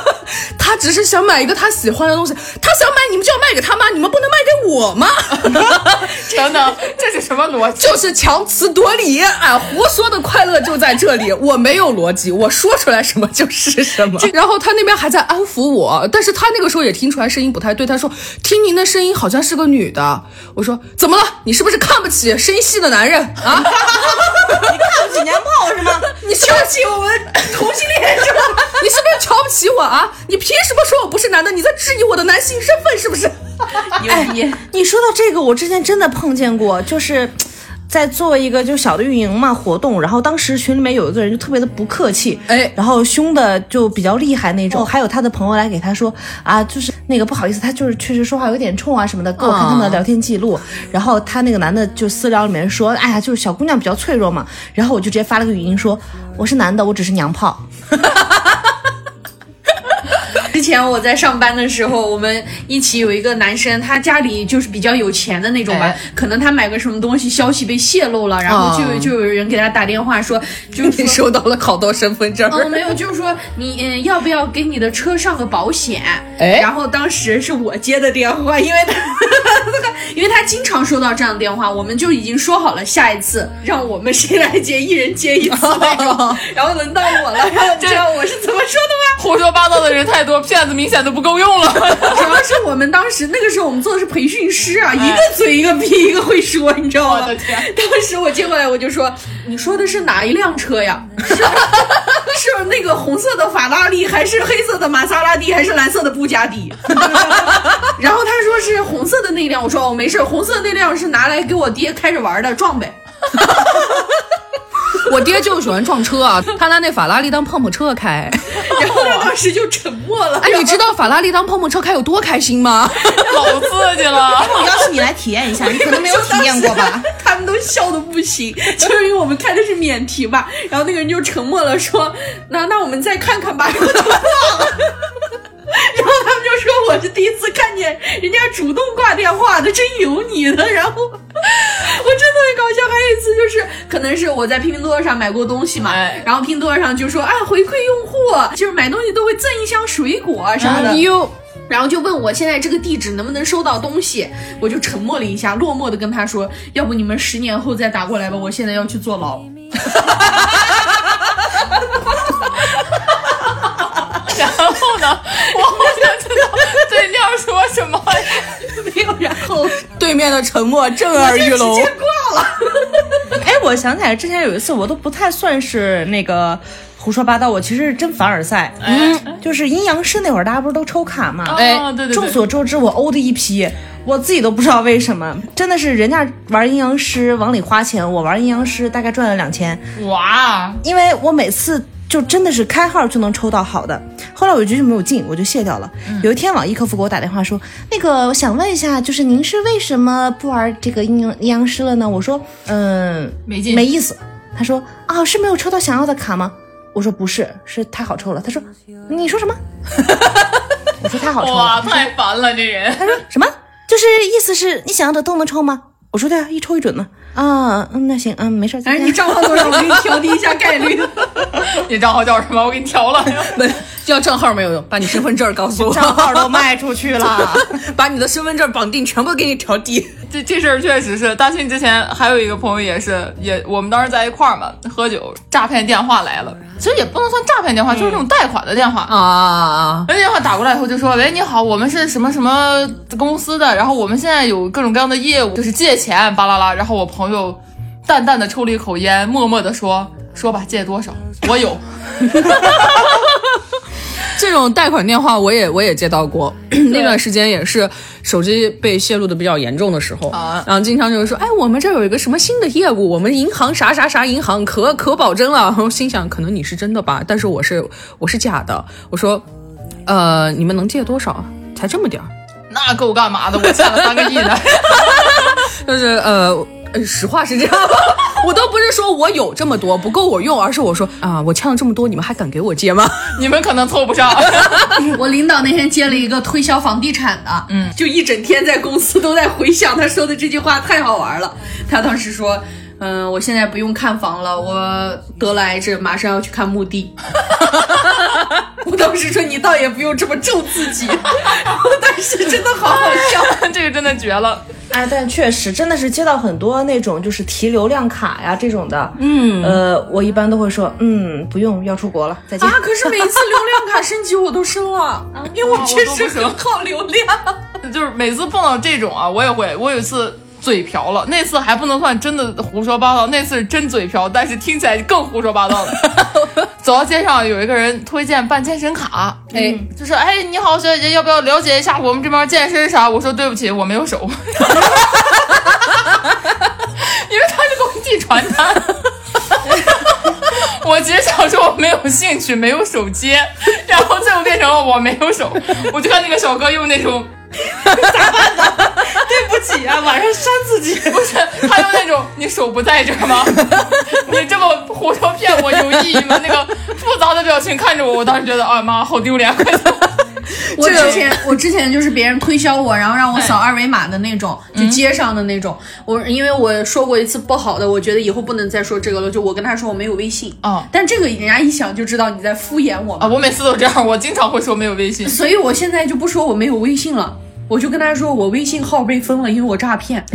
[SPEAKER 4] 她只是想买一个她喜欢的东西，她想买你们就要卖给她吗？你们不能卖给我吗？
[SPEAKER 3] 等等，这是什么逻辑？
[SPEAKER 4] 就是强词夺理，哎，胡说的快乐就在这里。我没有逻辑，我说出来什么就是 什么。然后他那边还在安抚我，但是他那个时候也听出来声音不太对，他说：“听您的声音好像是个女的。”我说：“怎么了？你是不是看不起声音细的男人 啊？
[SPEAKER 2] 几年炮是吗？
[SPEAKER 4] 你瞧不起我们同性恋是吧？你是不是瞧不起我啊？你凭什么说我不是男的？你在质疑我的男性身份是不是？”
[SPEAKER 1] 牛逼。
[SPEAKER 2] 你说到这个，我之前真的碰见过，就是。在做一个就小的运营嘛活动，然后当时群里面有一个人就特别的不客气，
[SPEAKER 4] 哎
[SPEAKER 2] 然后凶的就比较厉害那
[SPEAKER 5] 哦
[SPEAKER 2] 种，还有他的朋友来给他说啊，就是那个不好意思，他就是确实说话有点冲啊什么的，给我看他们的聊天记录，
[SPEAKER 5] 哦
[SPEAKER 2] 然后他那个男的就私聊里面说，哎呀，就是小姑娘比较脆弱嘛，然后我就直接发了个语音说我是男的，我只是娘炮，
[SPEAKER 1] 之前我在上班的时候，我们一起有一个男生，他家里就是比较有钱的那种吧，
[SPEAKER 3] 哎
[SPEAKER 1] 可能他买个什么东西，消息被泄露了，然后就、
[SPEAKER 4] 哦
[SPEAKER 1] 就有人给他打电话说，就是说
[SPEAKER 4] 你收到了好多身份证，
[SPEAKER 1] 哦，没有，就是说你嗯，要不要给你的车上个保险？
[SPEAKER 4] 哎
[SPEAKER 1] 然后当时是我接的电话，因为他， 因为他经常收到这样的电话，我们就已经说好了，下一次让我们谁来接，一人接一次那种。然后轮到我了，然后你知道我是怎么说的吗？
[SPEAKER 3] 胡说八道的人太多，骗子明显都不够用了。
[SPEAKER 1] 主要是我们当时那个时候我们做的是培训师啊，一个嘴一个逼，一个会说，你知道吗？
[SPEAKER 3] 哎我的天
[SPEAKER 1] 当时我接过来我就说：“你说的是哪一辆车 呀？是是那个红色的法拉利，还是黑色的玛莎拉蒂，还是蓝色的布加迪？” 然后他说是红色的那辆，我说哦没事儿，红色的那辆是拿来给我爹开着玩的，撞呗。
[SPEAKER 4] 我爹就喜欢撞车啊，他拿那法拉利当碰碰车开。
[SPEAKER 1] 然后他当时就沉默了。
[SPEAKER 4] 哎，你知道法拉利当碰碰车开有多开心吗？
[SPEAKER 3] 老刺激了。
[SPEAKER 5] 我邀请你来体验一下，你可能没有体验过吧？
[SPEAKER 1] 他们都笑的不行，就是因为我们开的是免提吧。然后那个人就沉默了，说：“那那我们再看看吧。” 然后他们就说：“我是第一次看见人家主动挂电话的，真有你的。” 然后我真的很搞笑。还有一次就是，可能是我在拼多多上买过东西嘛，
[SPEAKER 3] 哎
[SPEAKER 1] 然后拼多多上就说：“啊，回馈用户，就是买东西都会赠一箱水果啊啥的。
[SPEAKER 4] 哟，
[SPEAKER 1] 然后就问我现在这个地址能不能收到东西，我就沉默了一下，落寞的跟他说，要不你们十年后再打过来吧，我现在要去坐牢。
[SPEAKER 3] 然后呢，我好想知道对面说什么。
[SPEAKER 1] 没有然后，
[SPEAKER 4] 对面的沉默震耳欲聋。
[SPEAKER 2] 哎，我想起来之前有一次，我都不太算是那个胡说八道，我其实是真凡尔赛。嗯，就是阴阳师那会儿，大家不是都抽卡嘛？
[SPEAKER 4] 哎
[SPEAKER 3] 哎哦对对
[SPEAKER 2] 众
[SPEAKER 3] 对，
[SPEAKER 2] 所周知，我欧的一批，我自己都不知道为什么，真的是人家玩阴阳师往里花钱，我玩阴阳师大概赚了两千，
[SPEAKER 3] 哇，
[SPEAKER 2] 因为我每次就真的是开号就能抽到好的。后来我就就没有进，我就卸掉了。
[SPEAKER 3] 嗯
[SPEAKER 2] 有一天网易客服给我打电话说，那个我想问一下，就是您是为什么不玩这个阴阳阴阳师了呢？我说，嗯，
[SPEAKER 3] 没劲
[SPEAKER 2] 没意思。他说，啊，是没有抽到想要的卡吗？我说不是，是太好抽了。他说，你说什么？ 我说太好抽了。
[SPEAKER 3] 哇，太烦了，这人。
[SPEAKER 2] 他说什么？就是意思是你想要的都能抽吗？我说对啊，一抽一准呢。啊，嗯，那行，嗯，没事儿。再
[SPEAKER 1] 哎，
[SPEAKER 2] 见
[SPEAKER 1] 你账号多少？我给你调低一下概率。
[SPEAKER 3] 你账号叫什么？我给你调了。
[SPEAKER 4] 要账号没有用，把你身份证告诉
[SPEAKER 2] 账
[SPEAKER 4] 我，
[SPEAKER 2] 号都卖出去了。
[SPEAKER 4] 把你的身份证绑定全部给你调低。
[SPEAKER 3] 这这事儿确实是，大庆之前还有一个朋友也是，也我们当时在一块儿嘛，喝酒，诈骗电话来了，其实也不能算诈骗电话，就是那种贷款的电话。
[SPEAKER 4] 啊，
[SPEAKER 3] 那电话 打过来以后就说：“喂，你好，我们是什么什么公司的，然后我们现在有各种各样的业务，就是借钱，巴拉拉。”然后我朋友淡淡的抽了一口烟，默默的说：“说吧，借多少？我有。
[SPEAKER 4] 这种贷款电话我也我也接到过，那段时间也是手机被泄露的比较严重的时候，
[SPEAKER 3] 啊
[SPEAKER 4] 然后经常就是说，哎，我们这儿有一个什么新的业务，我们银行啥啥啥银行可可保真了。然后心想，可能你是真的吧，但是我是我是假的。我说，呃，你们能借多少啊？才这么点儿，”
[SPEAKER 3] 那够干嘛的？ 我欠了三个亿呢。
[SPEAKER 4] 就是呃。呃实话是这样，我都不是说我有这么多不够我用，而是我说啊、我欠了这么多，你们还敢给我借吗？
[SPEAKER 3] 你们可能凑不上。
[SPEAKER 1] 我领导那天接了一个推销房地产的，嗯，就一整天在公司都在回想他说的这句话，太好玩了。他当时说。嗯，我现在不用看房了，我得了癌症，马上要去看墓地。 我当时说你倒也不用这么咒自己， 我当时真的好好笑。
[SPEAKER 3] 这个真的绝了。
[SPEAKER 2] 哎，但确实真的是接到很多那种就是提流量卡呀这种的。嗯，呃，我一般都会说，嗯，不用，要出国了，再见。
[SPEAKER 1] 啊！可是每次流量卡升级我都升
[SPEAKER 4] 啊
[SPEAKER 1] 了，因为我确实很靠流量。
[SPEAKER 3] 就是每次碰到这种啊，我也会。我有一次嘴瓢了，那次还不能算真的胡说八道，那次是真嘴瓢，但是听起来更胡说八道了。走到街上，有一个人推荐办健身卡，
[SPEAKER 1] 哎，
[SPEAKER 3] 就说：“哎，你好，小姐姐，要不要了解一下我们这边健身啥？”我说：“对不起，我没有手。” 因为他是给我递传单。 我其实想说我没有兴趣，没有手接，然后最后变成了我没有手。我就看那个小哥用那种
[SPEAKER 2] 起啊，晚上扇自己。
[SPEAKER 3] 不是，他用那种你手不在这儿吗？ 你这么胡说哎骗我有意义吗？那个复杂的表情看着我，我当时觉得啊妈，好丢脸！
[SPEAKER 1] 我之前我之前就是别人推销我，然后让我扫二维码的那种，就街上的那种。我因为我说过一次不好的，我觉得以后不能再说这个了。就我跟他说我没有微信，
[SPEAKER 3] 哦
[SPEAKER 1] 但这个人家一想就知道你在敷衍我嘛
[SPEAKER 3] 啊，我每次都这样，我经常会说没有微信。
[SPEAKER 1] 所以我现在就不说我没有微信了。我就跟他说，我微信号被封了，因为我诈骗，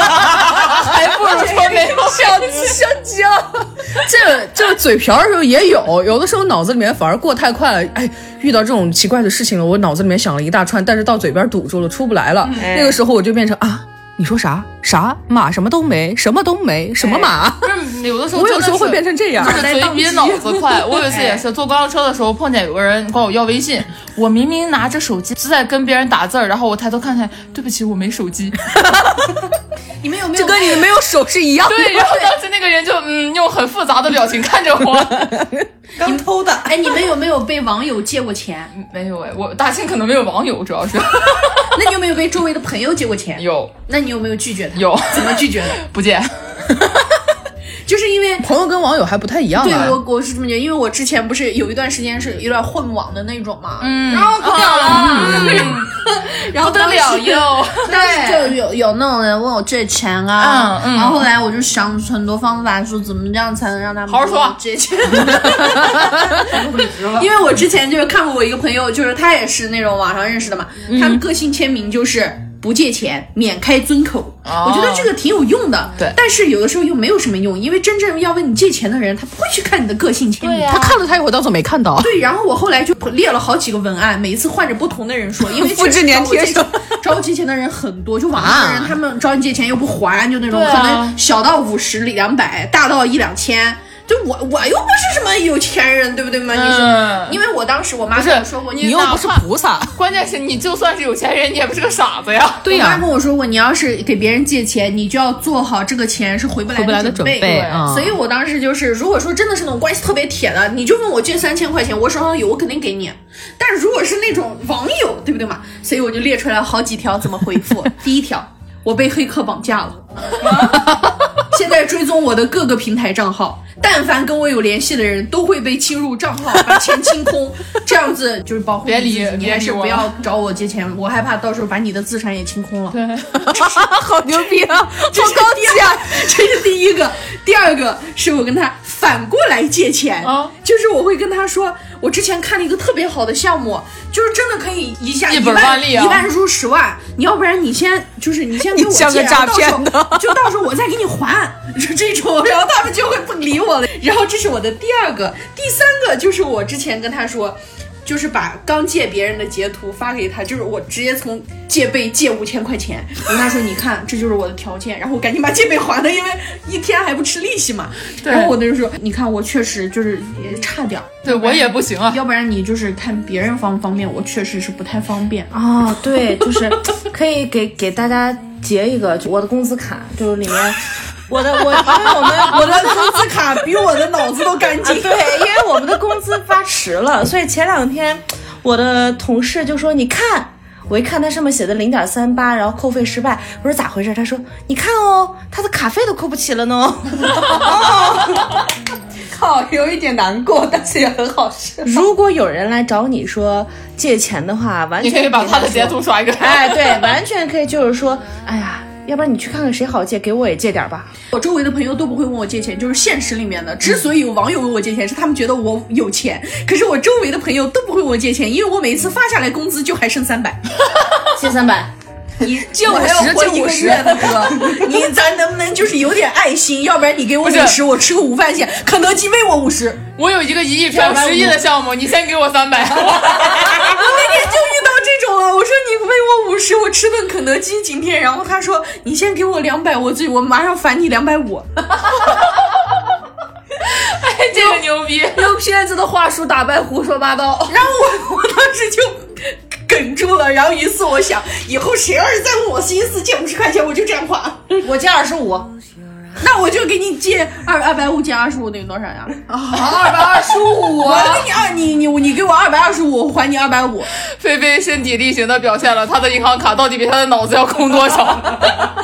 [SPEAKER 3] 还不如说没有
[SPEAKER 4] 相机，相机啊！这这嘴瓢的时候也有，有的时候脑子里面反而过太快了。哎，遇到这种奇怪的事情了，我脑子里面想了一大串，但是到嘴边堵住了，出不来了。
[SPEAKER 1] 嗯
[SPEAKER 4] 那个时候我就变成啊，你说啥啥马什么都没，什么都没，什么马？
[SPEAKER 3] 就是有的时候
[SPEAKER 4] 我有
[SPEAKER 3] 真的
[SPEAKER 4] 时候
[SPEAKER 3] 是
[SPEAKER 4] 会变成这样
[SPEAKER 3] 就是嘴比脑子快。我有一次也
[SPEAKER 4] 哎
[SPEAKER 3] 是坐公交车的时候，碰见有个人管我要微信，我明明拿着手机是在跟别人打字儿，然后我抬头看看，对不起，我没手机。
[SPEAKER 1] 你们有没有？
[SPEAKER 4] 这跟你没有手是一样的。
[SPEAKER 3] 对，然后当时那个人就嗯，用很复杂的表情看着我。
[SPEAKER 2] 刚偷 的。
[SPEAKER 1] 哎，你们有没有被网友借过钱？
[SPEAKER 3] 没有哎，我大庆可能没有网友，主要是
[SPEAKER 1] 那你有没有被周围的朋友借过钱？
[SPEAKER 3] 有
[SPEAKER 1] 那你有没有拒绝他？
[SPEAKER 3] 有
[SPEAKER 1] 怎么拒绝的？
[SPEAKER 3] 不见。
[SPEAKER 1] 就是因为
[SPEAKER 4] 朋友跟网友还不太一样
[SPEAKER 1] 对
[SPEAKER 4] 啊。
[SPEAKER 1] 我我是这么觉得，因为我之前不是有一段时间是有点混网的那种嘛，
[SPEAKER 3] 嗯，
[SPEAKER 1] 不了了，然后
[SPEAKER 3] 不得
[SPEAKER 1] 当时
[SPEAKER 3] 了哟。
[SPEAKER 1] 当时就有有那种人问我借钱啊，
[SPEAKER 3] 嗯嗯
[SPEAKER 1] 然后后来我就想很多方法，说怎么样才能让他们
[SPEAKER 3] 好好说
[SPEAKER 1] 跟我借 钱，因为我之前就是看过我一个朋友，就是他也是那种网上认识的嘛，
[SPEAKER 3] 嗯
[SPEAKER 1] 他们个性签名就是。不借钱，免开尊口，
[SPEAKER 3] 哦
[SPEAKER 1] 我觉得这个挺有用的。
[SPEAKER 3] 对
[SPEAKER 1] 但是有的时候又没有什么用，因为真正要问你借钱的人，他不会去看你的个性签名。
[SPEAKER 4] 他看了他一会儿，当做没看到。
[SPEAKER 1] 对，然后我后来就列了好几个文案，每一次换着不同的人说，因为
[SPEAKER 4] 复制粘贴
[SPEAKER 1] 找我借找我借钱的人很多，就网上的人他们找你借钱又不还，就那种、
[SPEAKER 3] 啊对啊
[SPEAKER 1] 可能小到五十两百，大到一两千。就我我又不是什么有钱人，对不对嘛？你是、
[SPEAKER 3] 嗯
[SPEAKER 1] 因为我当时我妈
[SPEAKER 3] 不是
[SPEAKER 1] 跟我说过，
[SPEAKER 3] 你
[SPEAKER 4] 你又
[SPEAKER 3] 哪
[SPEAKER 4] 不是
[SPEAKER 3] 怕
[SPEAKER 4] 菩萨，
[SPEAKER 3] 关键是你就算是有钱人，你也不是个傻子呀。
[SPEAKER 4] 对
[SPEAKER 1] 我妈
[SPEAKER 4] 呀、
[SPEAKER 1] 跟我说过，你要是给别人借钱，你就要做好这个钱是回不来
[SPEAKER 4] 回不来的
[SPEAKER 1] 准
[SPEAKER 4] 准备
[SPEAKER 1] 对
[SPEAKER 4] 嗯
[SPEAKER 1] 所以我当时就是，如果说真的是那种关系特别铁的，你就问我借三千块钱，我手上有，我肯定给你。但如果是那种网友，对不对嘛？所以我就列出来好几条怎么回 复。第一条，我被黑客绑架了。现在追踪我的各个平台账号，但凡跟我有联系的人都会被侵入账号，把钱清空。这样子就是保护
[SPEAKER 3] 别
[SPEAKER 1] 你
[SPEAKER 3] 理
[SPEAKER 1] 自己，你
[SPEAKER 3] 别
[SPEAKER 1] 还
[SPEAKER 3] 理
[SPEAKER 1] 是
[SPEAKER 3] 我
[SPEAKER 1] 不要找我借钱，我害怕到时候把你的资产也清空了。
[SPEAKER 3] 对，
[SPEAKER 4] 好牛逼啊！
[SPEAKER 1] 这是第二，这是第一个。第二个是我跟他反过来借钱，
[SPEAKER 3] 啊
[SPEAKER 1] 就是我会跟他说，我之前看了一个特别好的项目，就是真的可以一下
[SPEAKER 3] 一
[SPEAKER 1] 一
[SPEAKER 3] 本万利啊
[SPEAKER 1] 一万入十万。你要不然你先 就是你先给我
[SPEAKER 4] 你
[SPEAKER 1] 借，
[SPEAKER 4] 像个诈骗的
[SPEAKER 1] 然后到时候 就到时候我再给你还，就这种，然后他们就会不理我了。然后这是我的第二个，第三个就是我之前跟他说。就是把刚借别人的截图发给他，就是我直接从借呗借五千块钱，我跟他说，你看这就是我的条件，然后我赶紧把借呗还了，因为一天还不吃利息嘛。
[SPEAKER 3] 对
[SPEAKER 1] 然后我那就说，你看我确实就是也差点儿，
[SPEAKER 3] 对我也不行啊。
[SPEAKER 1] 要不然你就是看别人方不方便，我确实是不太方便。
[SPEAKER 6] 哦，对，就是 可以给给大家截一个就我的工资卡，就是里 面我的我，因为我们我的
[SPEAKER 1] 工资卡比我的脑子都干
[SPEAKER 6] 啊， 对，因为我们的工资发迟了，所以前两天我的同事就说：“你看。”我一看它上面写的零点三八，然后扣费失败，我说咋回事？他说：“你看哦，他的卡费都扣不起了 呢。 哦
[SPEAKER 2] 靠，哦有一点难过，但是也很好笑。”
[SPEAKER 6] 如果有人来找你说借钱的话，完
[SPEAKER 3] 你
[SPEAKER 6] 全
[SPEAKER 3] 可以把
[SPEAKER 6] 以
[SPEAKER 3] 他的
[SPEAKER 6] 说
[SPEAKER 3] 截图刷一个。
[SPEAKER 6] 哎，对，完全可以，就是说，哎呀，要不然你去看看谁好借，给我也借点 吧。
[SPEAKER 1] 我周围的朋友都不会问我借钱，就是现实里面的。之所以有网友问我借钱，是他们觉得我有钱。可是我周围的朋友都不会问我借钱，因为我每一次发下来工资就还剩三百。
[SPEAKER 6] 借三百，
[SPEAKER 1] 你借我还要活一个月呢，哥，你咱能不能就是有点爱心？要不然你给我
[SPEAKER 3] 不是
[SPEAKER 1] 五十，我吃个午饭钱，肯德基喂我五十。
[SPEAKER 3] 哎我有一个一亿飘十亿的项目，你先给我三 百。
[SPEAKER 1] 我那天就遇到这种了，我说你喂我五十，我吃顿肯德基今天，然后他说你先给我两百，我自己我马上返你两百五。
[SPEAKER 3] 这个牛逼！
[SPEAKER 1] 用骗子的话术打败胡说八道。然后我我当时就哽住了，然后于是我想，以后谁要是再问我心思借五十块钱，我就这样还。
[SPEAKER 6] 我借二十五。
[SPEAKER 1] 那我就给你借二二百五减二十五等于多少呀？
[SPEAKER 3] 二百二十五
[SPEAKER 1] 我要给你二，你你你给我二百二十五，我还你二百五。
[SPEAKER 3] 菲菲身体力行的表现了她的银行卡到底比她的脑子要空多少。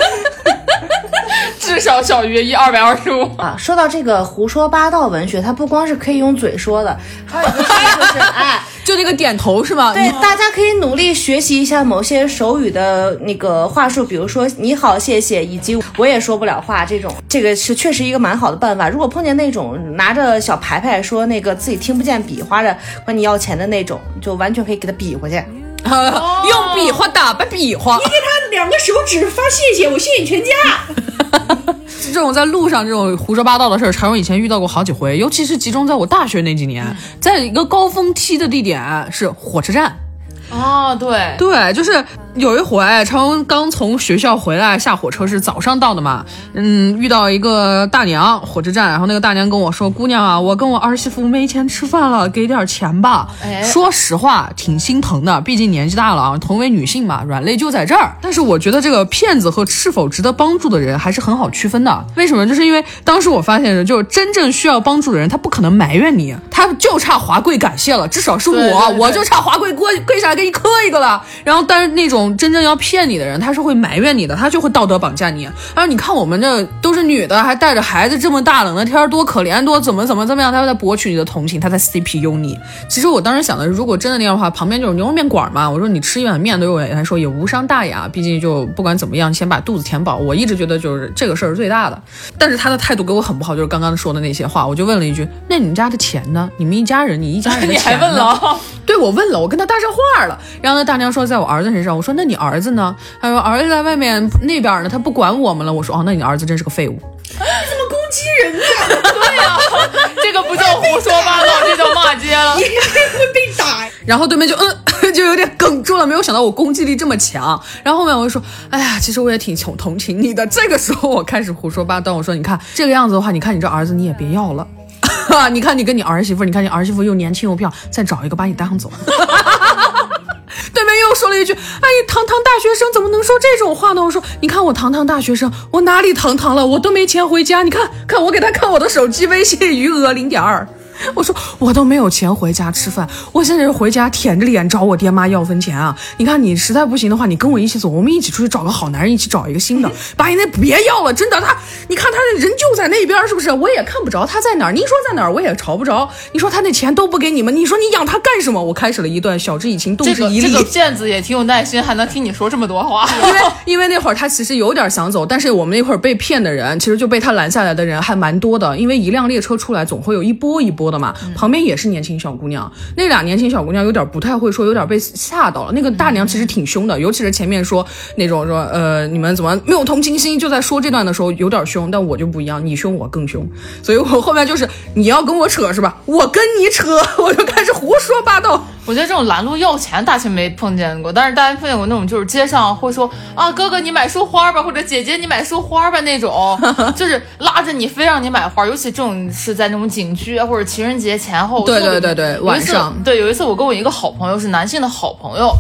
[SPEAKER 3] 至少小于一二百二十五。
[SPEAKER 6] 啊，说到这个胡说八道文学，它不光是可以用嘴说的，还有一个就是哎，
[SPEAKER 4] 就那个点头是吗？
[SPEAKER 6] 对
[SPEAKER 4] 你，
[SPEAKER 6] 大家可以努力学习一下某些手语的那个话术，比如说“你好”“谢谢”以及“我也说不了话”这种，这个是确实一个蛮好的办法。如果碰见那种拿着小牌牌说那个自己听不见比划着管你要钱的那种，就完全可以给他比划去。
[SPEAKER 4] 用比划打败比划，
[SPEAKER 1] 给他两个手指发谢谢，我谢谢你全家。
[SPEAKER 4] 这种在路上这种胡说八道的事儿，常荣以前遇到过好几回，尤其是集中在我大学那几年，在一个高峰期的地点是火车站。
[SPEAKER 3] 哦，对，
[SPEAKER 4] 对，就是有一回，常荣刚从学校回来，下火车是早上到的嘛，嗯，遇到一个大娘，火车站，然后那个大娘跟我说：“姑娘啊，我跟我儿媳妇没钱吃饭了，给点钱吧。
[SPEAKER 3] 哎
[SPEAKER 4] 说实话，挺心疼的，毕竟年纪大了啊，同为女性嘛，软肋就在这儿。但是我觉得这个骗子和是否值得帮助的人还是很好区分的。为什么？就是因为当时我发现了，就是真正需要帮助的人，他不可能埋怨你，他就差华贵感谢了，至少是我，
[SPEAKER 3] 对对对
[SPEAKER 4] 我就差华贵跪跪下来给你磕一个了。然后，但是那种真正要骗你的人，他是会埋怨你的，他就会道德绑架你。啊他说：“你看我们这都是女的，还带着孩子，这么大冷的天儿多可怜，多怎么怎么怎么样，他在博取你的同情，他在 CPU 你。其实我当时想的是，如果真的那样的话，旁边就是牛肉面馆嘛，我说你吃一碗面对我来说也无伤大雅，毕竟就不管怎么样，先把肚子填饱。我一直觉得就是这个事儿是最大的，但是他的态度给我很不好，就是刚刚说的那些话，我就问了一句：那你们家的钱呢？你们一家人，你一家人 的
[SPEAKER 3] 你
[SPEAKER 4] 钱
[SPEAKER 3] 还
[SPEAKER 4] 呢
[SPEAKER 3] 问了？
[SPEAKER 4] 对，我问了，我跟他搭上话了。然后那大娘说在我儿子身上，我说那你儿子呢？他说儿子在外面那边呢，他不管我们了。我说哦，那你儿子真是个废物。
[SPEAKER 1] 攻击人啊，
[SPEAKER 3] 对呀、这个不叫胡说八道，这叫骂街了。
[SPEAKER 1] 你这会被打。
[SPEAKER 4] 然后对面就嗯， 就有点哽住了，没有想到我攻击力这么强。然后后面我就说，哎呀，其实我也挺同同情你的。这个时候我开始胡说八道，我说你看这个样子的话，你看你这儿子你也别要了。 你看，你跟你儿媳妇儿，你看你儿媳妇又年轻又漂亮，再找一个把你带上走。对面又说了一句：“哎，堂堂大学生怎么能说这种话呢？”我说：“你看我堂堂大学生，我哪里堂堂了？我都没钱回家。你看看我给他看我的手机微信余额零点二。”我说我都没有钱回家吃饭，我现在是回家舔着脸找我爹妈要分钱啊！你看你实在不行的话，你跟我一起走，我们一起出去找个好男人，一起找一个新的，把你那别要了，真的他，你看他人就在那边儿，是不是？我也看不着他在哪儿，你说在哪儿我也瞧不着，你说他那钱都不给你们，你说你养他干什么？我开始了一段晓之以情，动
[SPEAKER 3] 这
[SPEAKER 4] 之
[SPEAKER 3] 个
[SPEAKER 4] 以理。
[SPEAKER 3] 这个骗子也挺有耐心，还能听你说这么多话。
[SPEAKER 4] 因为因为那会儿他其实有点想走，但是我们那会儿被骗的人，其实就被他拦下来的人还蛮多的。因为一辆列车出来，总会有一波一波的嘛。
[SPEAKER 3] 嗯
[SPEAKER 4] 旁边也是年轻小姑娘，那俩年轻小姑娘有点不太会说，有点被吓到了。那个大娘
[SPEAKER 3] 嗯
[SPEAKER 4] 其实挺凶的，尤其是前面说那种说呃你们怎么没有同情心，就在说这段的时候有点凶，但我就不一样，你凶我更凶，所以我后面就是你要跟我扯是吧？我跟你扯， 我就开始胡说八道。
[SPEAKER 3] 我觉得这种拦路要钱大庆没碰见过，但是大家碰见过那种就是街上会说啊哥哥你买束花吧，或者姐姐你买束花吧那 种，就是拉着你非让你买花，尤其这种是在那种景区啊或者情人节前后。
[SPEAKER 4] 对
[SPEAKER 3] 我就
[SPEAKER 4] 对对对
[SPEAKER 3] 有一次
[SPEAKER 4] 晚上
[SPEAKER 3] 对，有一次我跟我一个好朋友是男性的好朋友，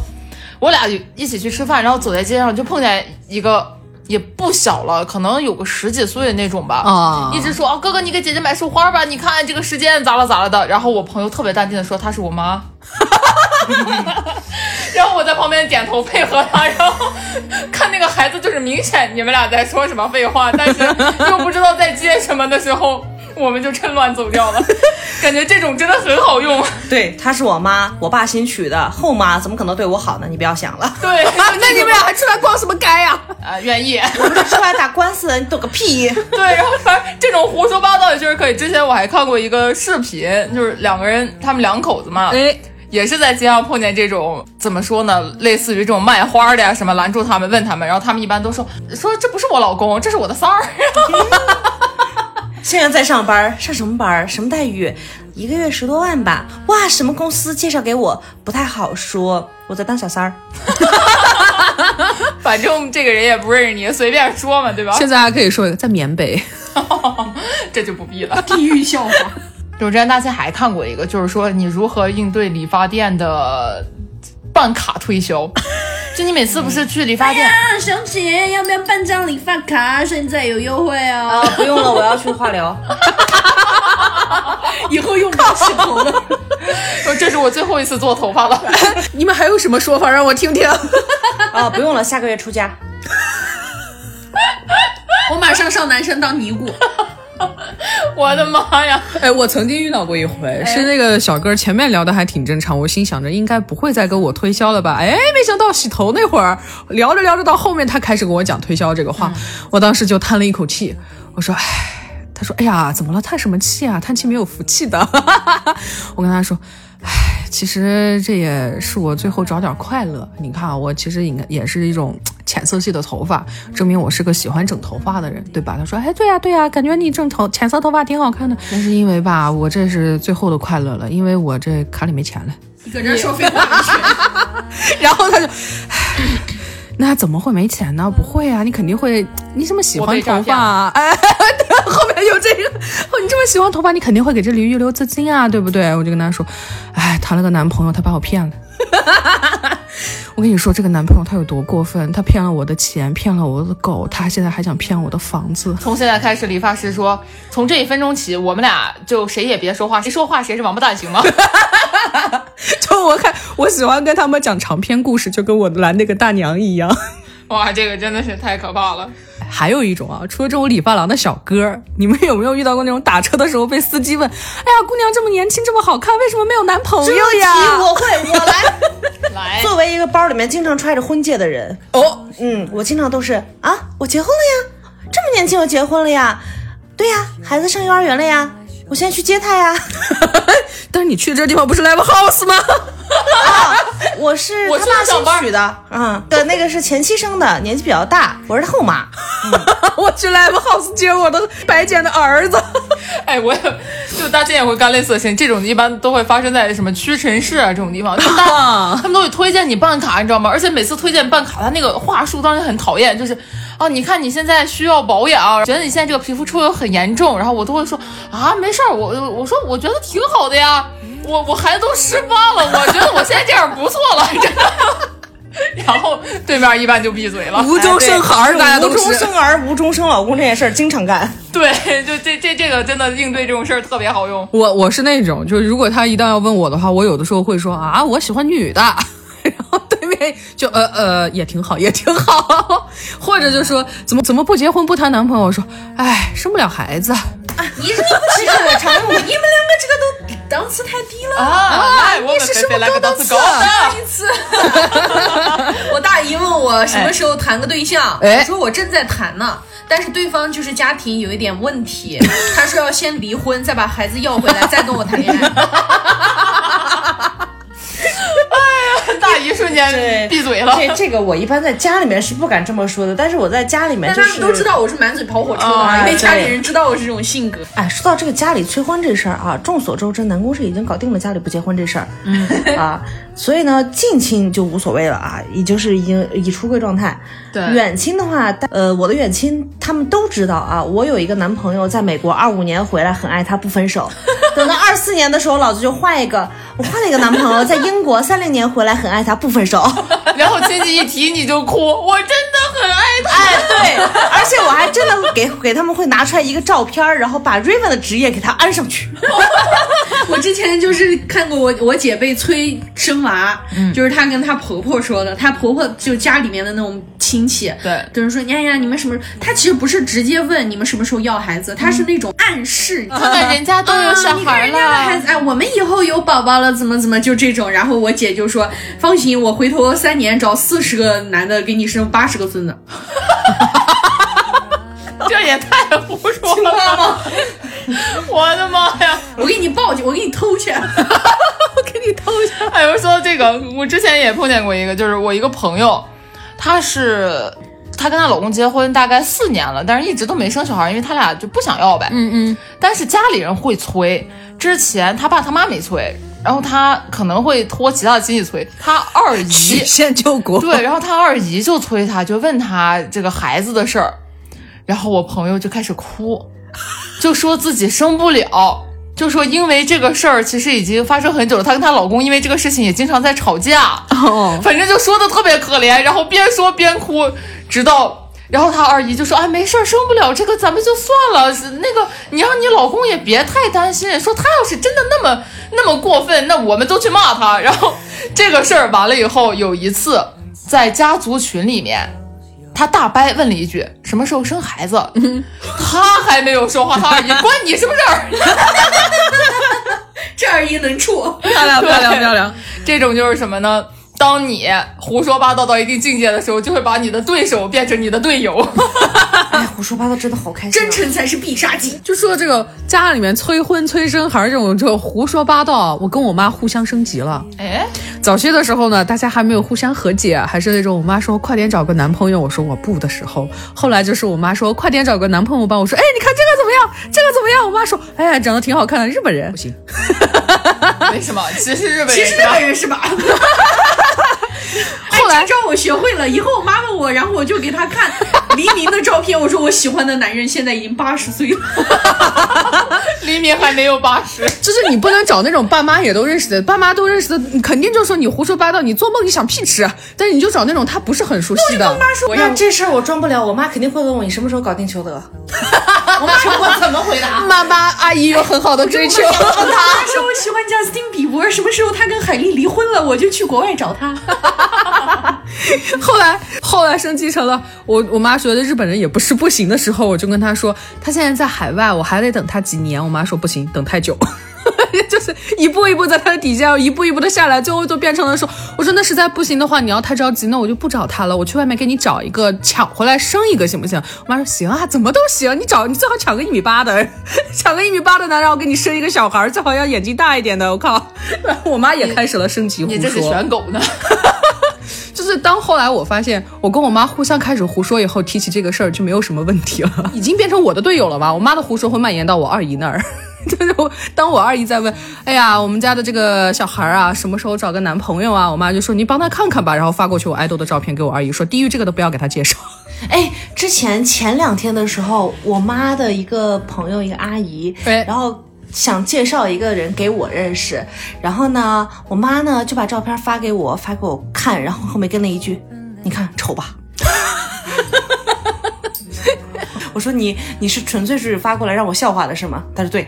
[SPEAKER 3] 我俩一起去吃饭，然后走在街上就碰见一个。也不小了，可能有个十几岁那种吧，
[SPEAKER 4] 啊
[SPEAKER 3] 一直说啊，哥哥，你给姐姐买束花吧，你看这个时间咋了咋了的。然后我朋友特别淡定的说她是我妈，然后我在旁边点头配合他，然后看那个孩子，就是明显你们俩在说什么废话，但是又不知道在接什么的时候，我们就趁乱走掉了。感觉这种真的很好用，
[SPEAKER 6] 对，她是我妈，我爸新娶的后妈，怎么可能对我好呢？你不要想 了，
[SPEAKER 3] 对，
[SPEAKER 4] 啊，那你们俩还出来逛什么街呀、
[SPEAKER 3] 啊愿意。
[SPEAKER 6] 我们这出来打官司的，你懂个屁！
[SPEAKER 3] 对，然后反正这种胡说八道也确实可以。之前我还看过一个视频，就是两个人，他们两口子嘛，
[SPEAKER 4] 哎，
[SPEAKER 3] 也是在街上碰见这种怎么说呢，类似于这种卖花的呀什么，拦住他们问他们，然后他们一般都说说这不是我老公，这是我的三儿。
[SPEAKER 6] 现在在上班，上什么班？什么待遇？一个月十多万吧？哇，什么公司介绍给我？不太好说，我在当小三 儿。
[SPEAKER 3] 反正这个人也不认识你，随便说嘛，对吧？
[SPEAKER 4] 现在还可以说一个在缅北。
[SPEAKER 3] 这就不必了。
[SPEAKER 1] 地狱笑话，
[SPEAKER 3] 就我之前大庆还看过一个，就是说你如何应对理发店的办卡推销。 就你每次不是去理发店，
[SPEAKER 1] 啊，小姐要不要办张理发卡？现在有优惠哦，
[SPEAKER 6] 不用了，我要去化 疗。
[SPEAKER 1] 以后用不到洗头了。
[SPEAKER 3] 说这是我最后一次做头发了。
[SPEAKER 4] 你们还有什么说法让我听听？
[SPEAKER 6] 哦啊，不用了，下个月出家。
[SPEAKER 1] 我马上上男神当尼姑，
[SPEAKER 3] 我的妈呀！
[SPEAKER 4] 哎，我曾经遇到过一回，是那个小哥前面聊的还挺正常，我心想着应该不会再跟我推销了吧？哎，没想到洗头那会儿聊着聊着到后面，他开始跟我讲推销这个话，我当时就叹了一口气，我说，哎。他说：“哎呀，怎么了？叹什么气啊？叹气没有福气的。” 我跟他说：“哎，其实这也是我最后找点快乐。你看啊，我其实应该也是一种浅色系的头发，证明我是个喜欢整头发的人，对吧？”他说：“哎，对呀、对呀、感觉你整头浅色头发挺好看的。那是因为吧，我这是最后的快乐了，因为我这卡里没钱了。”
[SPEAKER 1] 你搁这儿说废话呢
[SPEAKER 4] 然后他就，唉那怎么会没钱呢？不会啊，你肯定会，你这么喜欢头
[SPEAKER 3] 我被诈
[SPEAKER 4] 发、啊，哎， 对，后面有这个，哦你这么喜欢头发，你肯定会给这里预留资金啊，对不对？我就跟他说，哎，谈了个男朋友，他把我骗了。 我跟你说，这个男朋友他有多过分？他骗了我的钱，骗了我的狗，他现在还想骗我的房子。
[SPEAKER 3] 从现在开始，理发师说，从这一分钟起，我们俩就谁也别说话，谁说话谁是王八蛋，行吗？
[SPEAKER 4] 就我看，我喜欢跟他们讲长篇故事，就跟我拦那个大娘一样。
[SPEAKER 3] 哇，这个真的是太可怕了。
[SPEAKER 4] 还有一种啊，除了这种理发廊的小哥儿，你们有没有遇到过那种打车的时候被司机问：“哎呀，姑娘这么年轻，这么好看，为什么没有男朋友呀
[SPEAKER 2] 我会，我 来。
[SPEAKER 6] 哎
[SPEAKER 3] 来，
[SPEAKER 2] 作为一个包里面经常揣着婚戒的人，
[SPEAKER 4] 哦，
[SPEAKER 2] 嗯，我经常都是啊，我结婚了呀，这么年轻就结婚了呀，对呀，孩子上幼儿园了呀，我现在去接他呀，？”
[SPEAKER 4] 但是你去的这地方不是 live house 吗？
[SPEAKER 2] 我是
[SPEAKER 3] 我
[SPEAKER 2] 他
[SPEAKER 3] 去
[SPEAKER 2] 爸
[SPEAKER 3] 那上班
[SPEAKER 2] 新娶的，嗯，对，那个是前妻生的，年纪比较大，我是他后妈。
[SPEAKER 4] 我去 live house 接我的白捡的儿子。
[SPEAKER 3] 哎，我也就大家也会干类似的事情，这种一般都会发生在什么屈臣氏啊这种地方，就大
[SPEAKER 4] 啊
[SPEAKER 3] 他 们都会推荐你办卡，你知道吗？而且每次推荐办卡，他那个话术当然很讨厌，就是啊，你看你现在需要保养，觉得你现在这个皮肤出油很严重，然后我都会说啊，没事儿，我我说我觉得挺好的呀，我我孩子都十八了，我觉得我现在这样不错了，真的。 然后对面一般就闭嘴了，哎
[SPEAKER 4] 无中生孩儿，大家都
[SPEAKER 2] 无中
[SPEAKER 4] 是。
[SPEAKER 2] 生儿，无中生老公这件事儿经常干。
[SPEAKER 3] 对，就这这这个真的应对这种事儿特别好用。
[SPEAKER 4] 我我是那种，就是如果他一旦要问我的话，我有的时候会说啊，我喜欢女的， 然后对面就呃呃也挺好，也挺好，或者就说怎么怎么不结婚不谈男朋友，我说哎生不了孩 子，
[SPEAKER 1] 你这个不是我常用，你们两个这个都档次太低了。
[SPEAKER 3] 啊，我们
[SPEAKER 4] 是
[SPEAKER 3] 菲菲
[SPEAKER 4] 什么
[SPEAKER 3] 来个
[SPEAKER 4] 高
[SPEAKER 3] 档
[SPEAKER 4] 档
[SPEAKER 3] 次
[SPEAKER 4] 次
[SPEAKER 3] 高
[SPEAKER 4] 啊
[SPEAKER 3] 的。
[SPEAKER 1] 上一次， 我大姨问我什么时候谈个对象，
[SPEAKER 4] 哎
[SPEAKER 1] 我说我正在谈呢，但是对方就是家庭有一点问 题，他说要先离婚，再把孩子要回来，再跟我谈恋 爱。
[SPEAKER 3] 大姨瞬间 闭嘴了。
[SPEAKER 2] 这这个我一般在家里面是不敢这么说的，但是我在家里面
[SPEAKER 1] 但
[SPEAKER 2] 就
[SPEAKER 1] 他
[SPEAKER 2] 是
[SPEAKER 1] 们都知。道我是满嘴跑火车
[SPEAKER 4] 啊
[SPEAKER 1] 的，啊因为家里人知道我是这种性格。
[SPEAKER 2] 哎，说到这个家里催婚这事儿啊，众所周知，南宫是已经搞定了家里不结婚这事儿，嗯啊，所以呢，近亲就无所谓了啊，也就是已经已出柜状态。
[SPEAKER 3] 对
[SPEAKER 2] 远亲的话，但呃，我的远亲他们都知道啊，我有一个男朋友在美国二五年回来，很爱他，不分手。等到二四年的时候，老子就换一个，我换了一个男朋友，在英国三零年回来，很爱他，不分手。
[SPEAKER 3] 然后亲戚一提你就哭，我真的很爱他。
[SPEAKER 2] 哎，对， 而且我还真的给给他们会拿出来一个照片儿，然后把 Raven 的职业给他安上去。
[SPEAKER 1] 我之前就是看过我我姐被催生娃，
[SPEAKER 4] 嗯
[SPEAKER 1] 就是她跟她婆婆说的，她婆婆就家里面的那种亲戚，
[SPEAKER 3] 对
[SPEAKER 1] 就是说，哎呀，你们什么时候？她其实不是直接问你们什么时候要孩子，她是那种暗示。啊
[SPEAKER 3] 看看人家都嗯哦有小
[SPEAKER 1] 你看
[SPEAKER 3] 孩
[SPEAKER 1] 人家的孩
[SPEAKER 3] 了，
[SPEAKER 1] 子，哎，我们以后有宝宝了，怎么怎么就这种。然后我姐就说：“放心，我回头三年找四十个男的给你生八十个孙 子。
[SPEAKER 3] 这也太胡说了吧！我的妈呀！
[SPEAKER 1] 我给你报去，我给你偷 去。
[SPEAKER 3] 哎，我说到这个，我之前也碰见过一个，就是我一个朋友，她是她跟她老公结婚大概四年了，但是一直都没生小孩，因为她俩就不想要呗。嗯嗯。但是家里人会催，之前她爸她妈没催，然后她可能会托其他的亲戚催，她二姨
[SPEAKER 4] 曲线救国。
[SPEAKER 3] 对，然后他二姨就催他，就问他这个孩子的事儿，然后我朋友就开始哭，就说自己生不了，就说因为这个事儿其实已经发生很久了，她跟她老公因为这个事情也经常在吵架，
[SPEAKER 4] 哦，
[SPEAKER 3] 反正就说的特别可怜，然后边说边哭，直到。然后她二姨就说：“哎，没事儿，生不了这个咱们就算了。那个，你让你老公也别太担心。说他要是真的那么那么过分，那我们都去骂他。然后这个事儿完了以后，有一次在家族群里面，他大伯问了一句：“什么时候生孩子？”他还没有说话，他二姨关你什么事 儿？
[SPEAKER 1] 这二姨能处，
[SPEAKER 4] 漂亮漂亮
[SPEAKER 3] 对
[SPEAKER 4] 漂亮，
[SPEAKER 3] 这种就是什么呢？当你胡说八道到一定境界的时候，就会把你的对手变成你的队友。
[SPEAKER 2] 哎，胡说八道真的好开心、
[SPEAKER 1] 真诚才是必杀技。
[SPEAKER 4] 就说这个家里面催婚催生孩儿这种这种胡说八道，我跟我妈互相升级了。
[SPEAKER 3] 哎，
[SPEAKER 4] 早些的时候呢，大家还没有互相和解，还是那种我妈说快点找个男朋友，我说我不的时候。后来就是我妈说快点找个男朋友吧，我说哎你看这个怎么样，这个怎么样？我妈说哎长得挺好看的，日本 人不行。
[SPEAKER 3] 为什么？其实日本
[SPEAKER 1] 其
[SPEAKER 3] 人
[SPEAKER 1] 实
[SPEAKER 3] 是
[SPEAKER 1] 日
[SPEAKER 3] 吧
[SPEAKER 1] 本人是吧？后来哎这招我学会了，以后我妈问我，然后我就给她看 黎明的照片，我说我喜欢的男人现在已经八十岁了，
[SPEAKER 3] 黎明还没有八十，
[SPEAKER 4] 就是你不能找那种爸妈也都认识的，爸妈都认识的，你肯定就说你胡说八道，你做梦你想屁吃。啊但是你就找那种他不是很熟悉的，
[SPEAKER 1] 我
[SPEAKER 2] 那
[SPEAKER 1] 要
[SPEAKER 2] 这事儿我装不了，我妈肯定会问我你什么时候搞定裘德。
[SPEAKER 3] 我妈我怎么回答？
[SPEAKER 4] 妈妈阿姨有很好的追求。
[SPEAKER 1] 她说我喜欢贾斯汀比伯，什么时候他跟海莉离婚了，我就去国外找他。
[SPEAKER 4] 后来后来升级成了我我妈觉得日本人也不是不行的时候，我就跟她说，她现在在海外，我还得等她几年。我妈说不行，等太久。 就是一步一步在她的底下，一步一步的下来，最后就变成了说，我说那实在不行的话，你要太着急，那我就不找她了，我去外面给你找一个抢回来生一个行不行？我妈说行啊，怎么都行，你找你最好抢个一米八的， 抢个一米八的呢，让我给你生一个小孩儿，最好要眼睛大一点的。我靠， 我妈也开始了升级胡说。
[SPEAKER 3] 你 这是选狗呢？
[SPEAKER 4] 就是当后来我发现我跟我妈互相开始胡说以后，提起这个事儿就没有什么问题了， 已经变成我的队友了吧？我妈的胡说会蔓延到我二姨那儿。 就是我，当我二姨在问，哎呀，我们家的这个小孩儿啊，什么时候找个男朋友啊？我妈就说你帮他看看吧，然后发过去我爱豆的照片给我二姨说，低于这个都不要给他介绍。
[SPEAKER 2] 哎，之前前两天的时候，我妈的一个朋友，一个阿姨，
[SPEAKER 4] 哎
[SPEAKER 2] 然后想介绍一个人给我认识，然后呢，我妈呢就把照片发给我，发给我看，然后后面跟了一句：“你看丑吧。” 我说你你是纯粹是发过来让我笑话的是吗？她说对，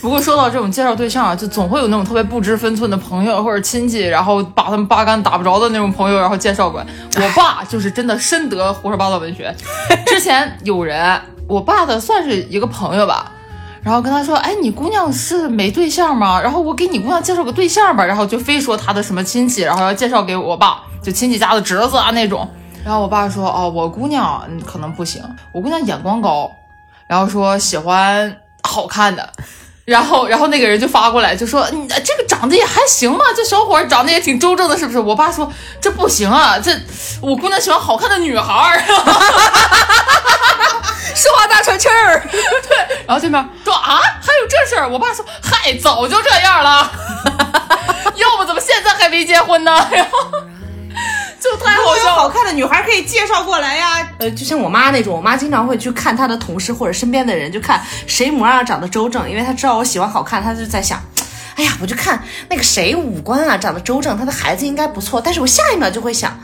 [SPEAKER 3] 不过说到这种介绍对象啊，就总会有那种特别不知分寸的朋友或者亲戚，然后把他们八竿打不着的那种朋友，然后介绍过来。我爸就是真的深得胡说八道文学。之前有人，我爸的算是一个朋友吧，然后跟他说：“哎，你姑娘是没对象吗？然后我给你姑娘介绍个对象吧。”然后就非说他的什么亲戚，然后要介绍给我爸，就亲戚家的侄子啊那种。然后我爸说：“哦，我姑娘嗯可能不行，我姑娘眼光高，然后说喜欢好看的。”然后，然后那个人就发过来，就说：“你这个长得也还行吧，这小伙儿长得也挺周正的，是不是？”我爸说：“这不行啊，这我姑娘喜欢好看的女孩儿。”啊
[SPEAKER 4] 说话大喘气儿，
[SPEAKER 3] 然 后对面说啊，还有这事儿？我爸说，嗨，早就这样了， 要不怎么现在还没结婚呢？ 然后就太好
[SPEAKER 2] 有
[SPEAKER 3] 笑
[SPEAKER 2] 好
[SPEAKER 3] 了。
[SPEAKER 2] 看的女孩可以介绍过来呀。呃，就像我妈那种，我妈经常会去看她的同事或者身边的人，就看谁模样长得周正，因为她知道我喜欢好看，她就在想。哎呀，我就看那个谁五官啊长得周正，他的孩子应该不错。但是我下一秒就会想，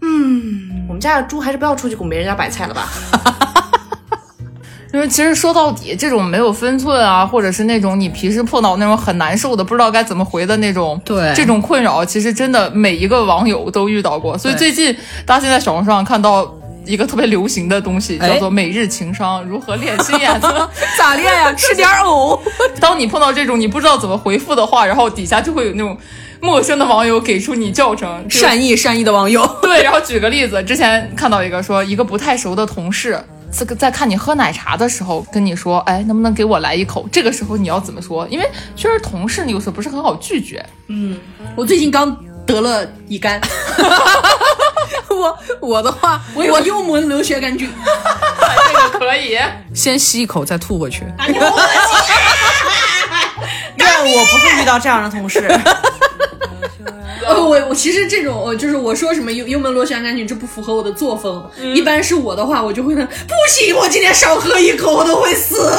[SPEAKER 2] 嗯，我们家的猪还是不要出去拱别人家白菜了 吧。
[SPEAKER 3] 就是其实说到底，这种没有分寸啊，或者是那种你平时碰到那种很难受的，不知道该怎么回的那种，
[SPEAKER 4] 对
[SPEAKER 3] 这种困扰，其实真的每一个网友都遇到过。所以最近大家现在小红书上看到。一个特别流行的东西
[SPEAKER 4] 哎
[SPEAKER 3] 叫做“每日情商”，如何练心眼 子？
[SPEAKER 4] 咋练呀、吃点儿藕。
[SPEAKER 3] 当你碰到这种你不知道怎么回复的话，然后底下就会有那种陌生的网友给出你教程。就
[SPEAKER 4] 善意善意的网友，
[SPEAKER 3] 对，然后举个例子，之前看到一个说，一个不太熟的同事。这个在看你喝奶茶的时候，跟你说，哎，能不能给我来一口？这个时候你要怎么说？因为确实同事，你有时候不是很好拒绝。
[SPEAKER 1] 我最近刚得了乙肝，
[SPEAKER 4] 我我的话，
[SPEAKER 1] 我有幽门螺旋杆菌，
[SPEAKER 3] 哎这个可以，
[SPEAKER 4] 先吸一口再吐 回去。
[SPEAKER 2] 愿啊我不会遇到这样的 同事。
[SPEAKER 1] 呃，我我其实这种，我就是我说什么幽幽门螺旋杆菌，这不符合我的作风。一般是我的话，我就会那不行，我今天少喝一口，我都会死。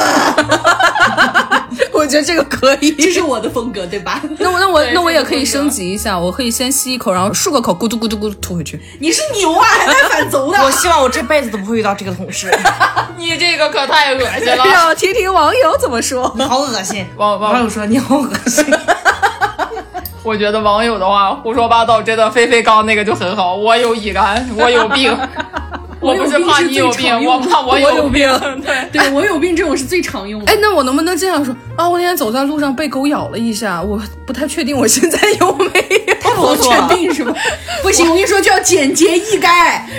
[SPEAKER 4] 我觉得这个可以。
[SPEAKER 1] 这是我的风格，对吧？
[SPEAKER 4] 那我那我
[SPEAKER 3] 对
[SPEAKER 4] 那我
[SPEAKER 3] 这个
[SPEAKER 4] 也可以
[SPEAKER 3] 风格
[SPEAKER 4] 升级一下，我可以先吸一口，然后漱个口，咕嘟咕嘟咕嘟吐回去。
[SPEAKER 1] 你是牛啊，还带反轴的。
[SPEAKER 2] 我希望我这辈子都不会遇到这个同 事，
[SPEAKER 3] 你这个可太恶心 了。
[SPEAKER 4] 让我听听网友怎么说。
[SPEAKER 2] 好恶心。
[SPEAKER 3] 网
[SPEAKER 2] 网
[SPEAKER 3] 网
[SPEAKER 2] 友说你好恶心，
[SPEAKER 3] 我觉得 网友的话胡说八道，真的菲菲刚刚那个就很好。我有乙肝，我有病，我不
[SPEAKER 1] 有
[SPEAKER 3] 是
[SPEAKER 1] 病
[SPEAKER 3] 怕
[SPEAKER 1] 是
[SPEAKER 3] 你
[SPEAKER 1] 最
[SPEAKER 3] 有
[SPEAKER 1] 常
[SPEAKER 3] 病
[SPEAKER 1] 用
[SPEAKER 3] 我
[SPEAKER 1] 的
[SPEAKER 3] 怕我
[SPEAKER 1] 我
[SPEAKER 3] 有
[SPEAKER 1] 病。对，对我有病这种是最常用的。
[SPEAKER 4] 哎，那我能不能这样说啊？我那天走在路上被狗咬了一下，我不太确定我现在有没有。
[SPEAKER 2] 太不错
[SPEAKER 1] 确
[SPEAKER 2] 了。
[SPEAKER 1] 定是吗？ 不行，我跟你说，就要简洁易赅，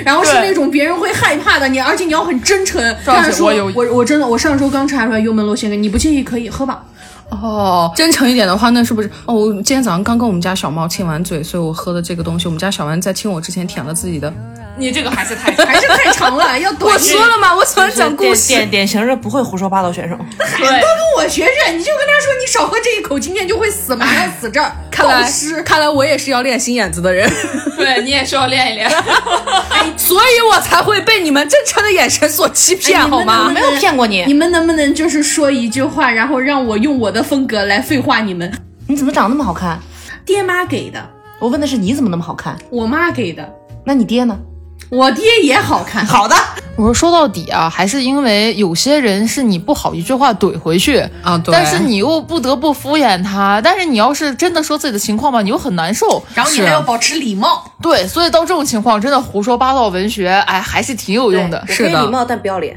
[SPEAKER 1] 然后是
[SPEAKER 3] 对
[SPEAKER 1] 那种别人会害怕的，你而且你要很真诚。
[SPEAKER 3] 赵
[SPEAKER 1] 跟他
[SPEAKER 3] 姐
[SPEAKER 1] 说
[SPEAKER 3] 我有
[SPEAKER 1] 我我真的我上周刚查出来幽门螺旋杆，你不介意可以喝吧？
[SPEAKER 4] 哦，真诚一点的话，那是不是？哦，我今天早上刚跟我们家小猫亲完嘴，所以我喝的这个东西，我们家小丸在亲我之前舔了自己的。
[SPEAKER 3] 你这个还是太差。
[SPEAKER 1] 还是太长了，要短
[SPEAKER 4] 我
[SPEAKER 1] 一点
[SPEAKER 4] 说了吗？我喜欢讲故事。
[SPEAKER 2] 典典型的不会胡说八道选手，
[SPEAKER 3] 对，
[SPEAKER 1] 我学学，你就跟他说，你少喝这一口，今天就会死，马上死这儿。
[SPEAKER 4] 看
[SPEAKER 1] 暴
[SPEAKER 4] 来
[SPEAKER 1] 尸，
[SPEAKER 4] 看来我也是要练心眼子的人，
[SPEAKER 3] 对你也需要练一练。
[SPEAKER 4] 所以我才会被你们真诚的眼神所欺骗，
[SPEAKER 1] 哎你们
[SPEAKER 4] 好吗
[SPEAKER 1] 能？
[SPEAKER 2] 没有骗过你
[SPEAKER 1] 你。们能不能就是说一句话，然后让我用我的风格来废话你们？
[SPEAKER 2] 你怎么长那么好看？
[SPEAKER 1] 爹妈给的，
[SPEAKER 2] 我问的是你怎么那么好看？
[SPEAKER 1] 我妈给的，
[SPEAKER 2] 那你爹呢？
[SPEAKER 1] 我爹也好看。
[SPEAKER 2] 好的，
[SPEAKER 3] 我说说到底啊，还是因为有些人是你不好一句话怼回去
[SPEAKER 4] 啊对
[SPEAKER 3] 但是你又不得不敷衍他。但是你要是真的说自己的情况吧，你又很难 受。
[SPEAKER 1] 然后你
[SPEAKER 4] 是
[SPEAKER 1] 还要保持礼貌，
[SPEAKER 3] 对，所以到这种情况，真的胡说八道文学，哎，还是挺有用的。
[SPEAKER 4] 是的
[SPEAKER 6] 我可以礼貌但不要脸。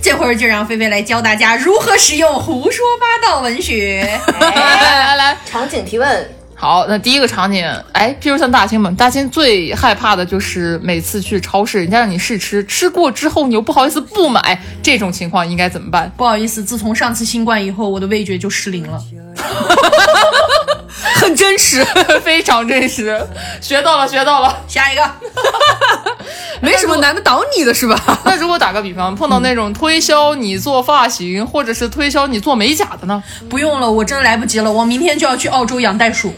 [SPEAKER 1] 这会儿就让菲菲来教大家如何使用胡说八道文 学。
[SPEAKER 3] 来来来来，
[SPEAKER 6] 场景提问，
[SPEAKER 3] 好，那第一个场景，哎，譬如像大清吧，大清最害怕的就是每次去超市，人家让你试吃，吃过之后你又不好意思不买，这种情况应该怎么 办？
[SPEAKER 1] 不好意思，自从上次新冠以后，我的味觉就失灵了。
[SPEAKER 4] 很真实，
[SPEAKER 3] 非常真实，学到了，学到了。
[SPEAKER 1] 下一个，
[SPEAKER 4] 没什么难得倒你的是吧？
[SPEAKER 3] 那如果打个比方，碰到那种推销你做发型，或者是推销你做美甲 的呢？
[SPEAKER 1] 不用了，我真来不及了，我明天就要去澳洲养袋鼠。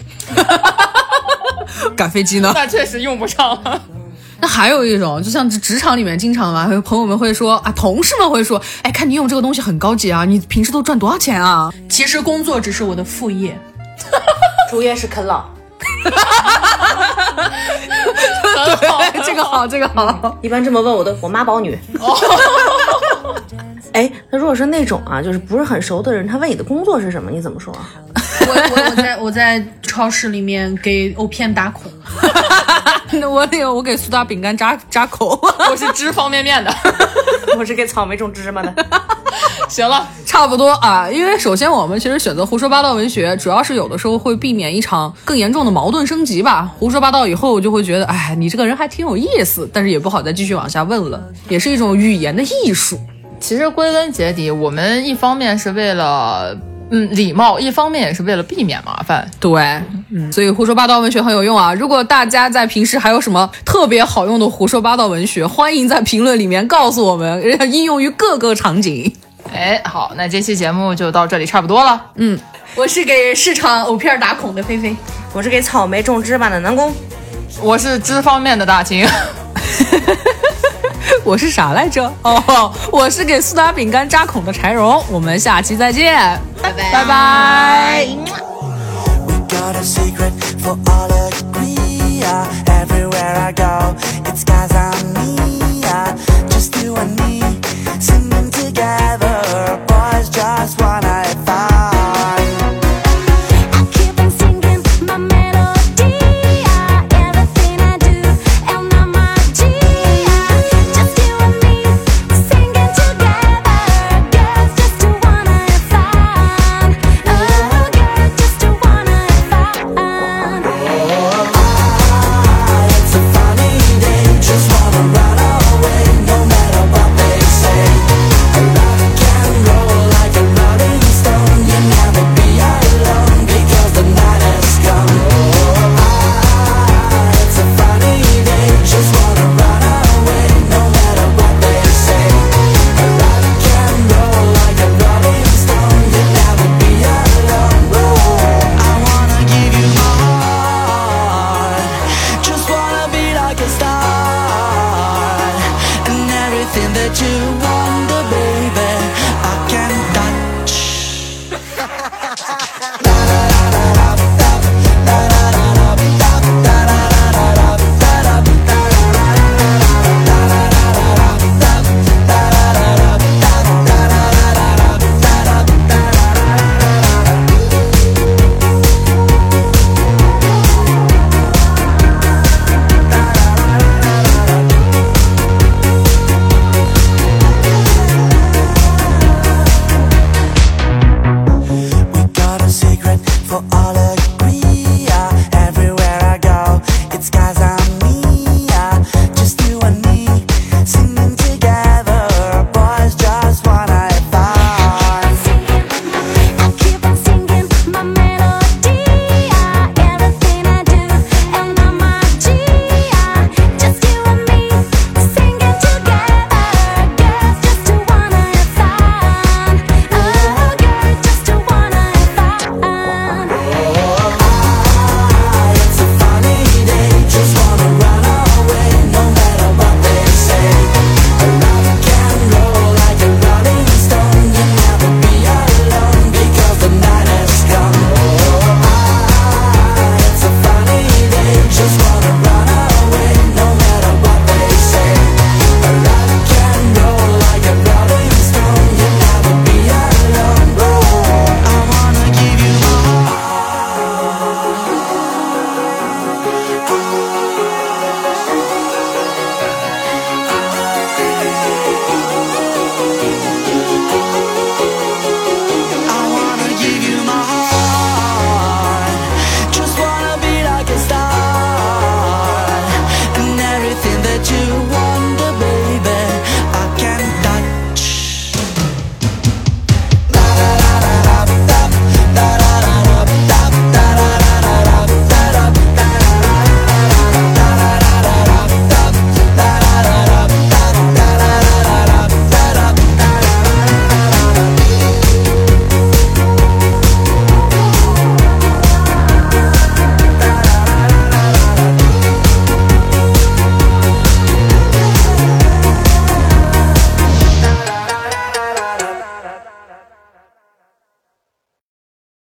[SPEAKER 4] 赶飞机呢？
[SPEAKER 3] 那确实用不上 了。
[SPEAKER 4] 那还有一种，就像职职场里面经常嘛，朋友们会说啊，同事们会说，哎，看你用这个东西很高级啊，你平时都赚多少钱啊？
[SPEAKER 1] 其实工作只是我的副 业。
[SPEAKER 6] 主页是啃老，
[SPEAKER 3] 很好，
[SPEAKER 4] 哎这个好，这个好。
[SPEAKER 6] 一般这么问我的，我妈宝女。 哎，那如果是那种啊，就是不是很熟的人，他问你的工作是什么，你怎么说啊？
[SPEAKER 1] 我我我在我在超市里面给藕片打孔，
[SPEAKER 4] 那我得我给苏打饼干扎扎口，
[SPEAKER 3] 我是吃方便面的。
[SPEAKER 6] 我是给草莓种芝麻的。
[SPEAKER 3] 行了，
[SPEAKER 4] 差不多啊。因为首先我们其实选择胡说八道文学，主要是有的时候会避免一场更严重的矛盾升级吧。胡说八道以后，我就会觉得，哎，你这个人还挺有意思，但是也不好再继续往下问了，也是一种语言的艺术。
[SPEAKER 3] 其实归根结底，我们一方面是为了嗯礼貌，一方面也是为了避免麻烦。
[SPEAKER 4] 对，嗯，所以胡说八道文学很有用啊。如果大家在平时还有什么特别好用的胡说八道文学，欢迎在评论里面告诉我们，应用于各个场景。
[SPEAKER 3] 哎，好，那这期节目就到这里差不多了。
[SPEAKER 1] 我是给市场藕片打孔的菲菲。
[SPEAKER 6] 我是给草莓种芝麻的南宫。
[SPEAKER 3] 我是吃方便面的大清，
[SPEAKER 4] 我是啥来着？哦，我是给苏打饼干扎孔的柴荣。我们下期再见，拜拜，拜拜。
[SPEAKER 7] We got a secret for all agree. Yeah. Everywhere I go, it's guys on me. Yeah. Just you and me singing together. Boys just wanna have fun.
[SPEAKER 8] I keep on singing my melody. Everything I do, El Namaji. Just you and me singing together. Girls just wanna have fun. Oh, girls just wanna have fun.
[SPEAKER 7] It's a funny day, just wanna run away, no matter what they say. Rock and roll like a rolling stone, you'll never be alone because the night has come. It's a funny day, just wanna run away, no matter what they say. Rock and roll like a rolling stone, you'll never be alone. I wanna give you my heart. Just wanna be like a star. And everything that you want.
[SPEAKER 8] Oh,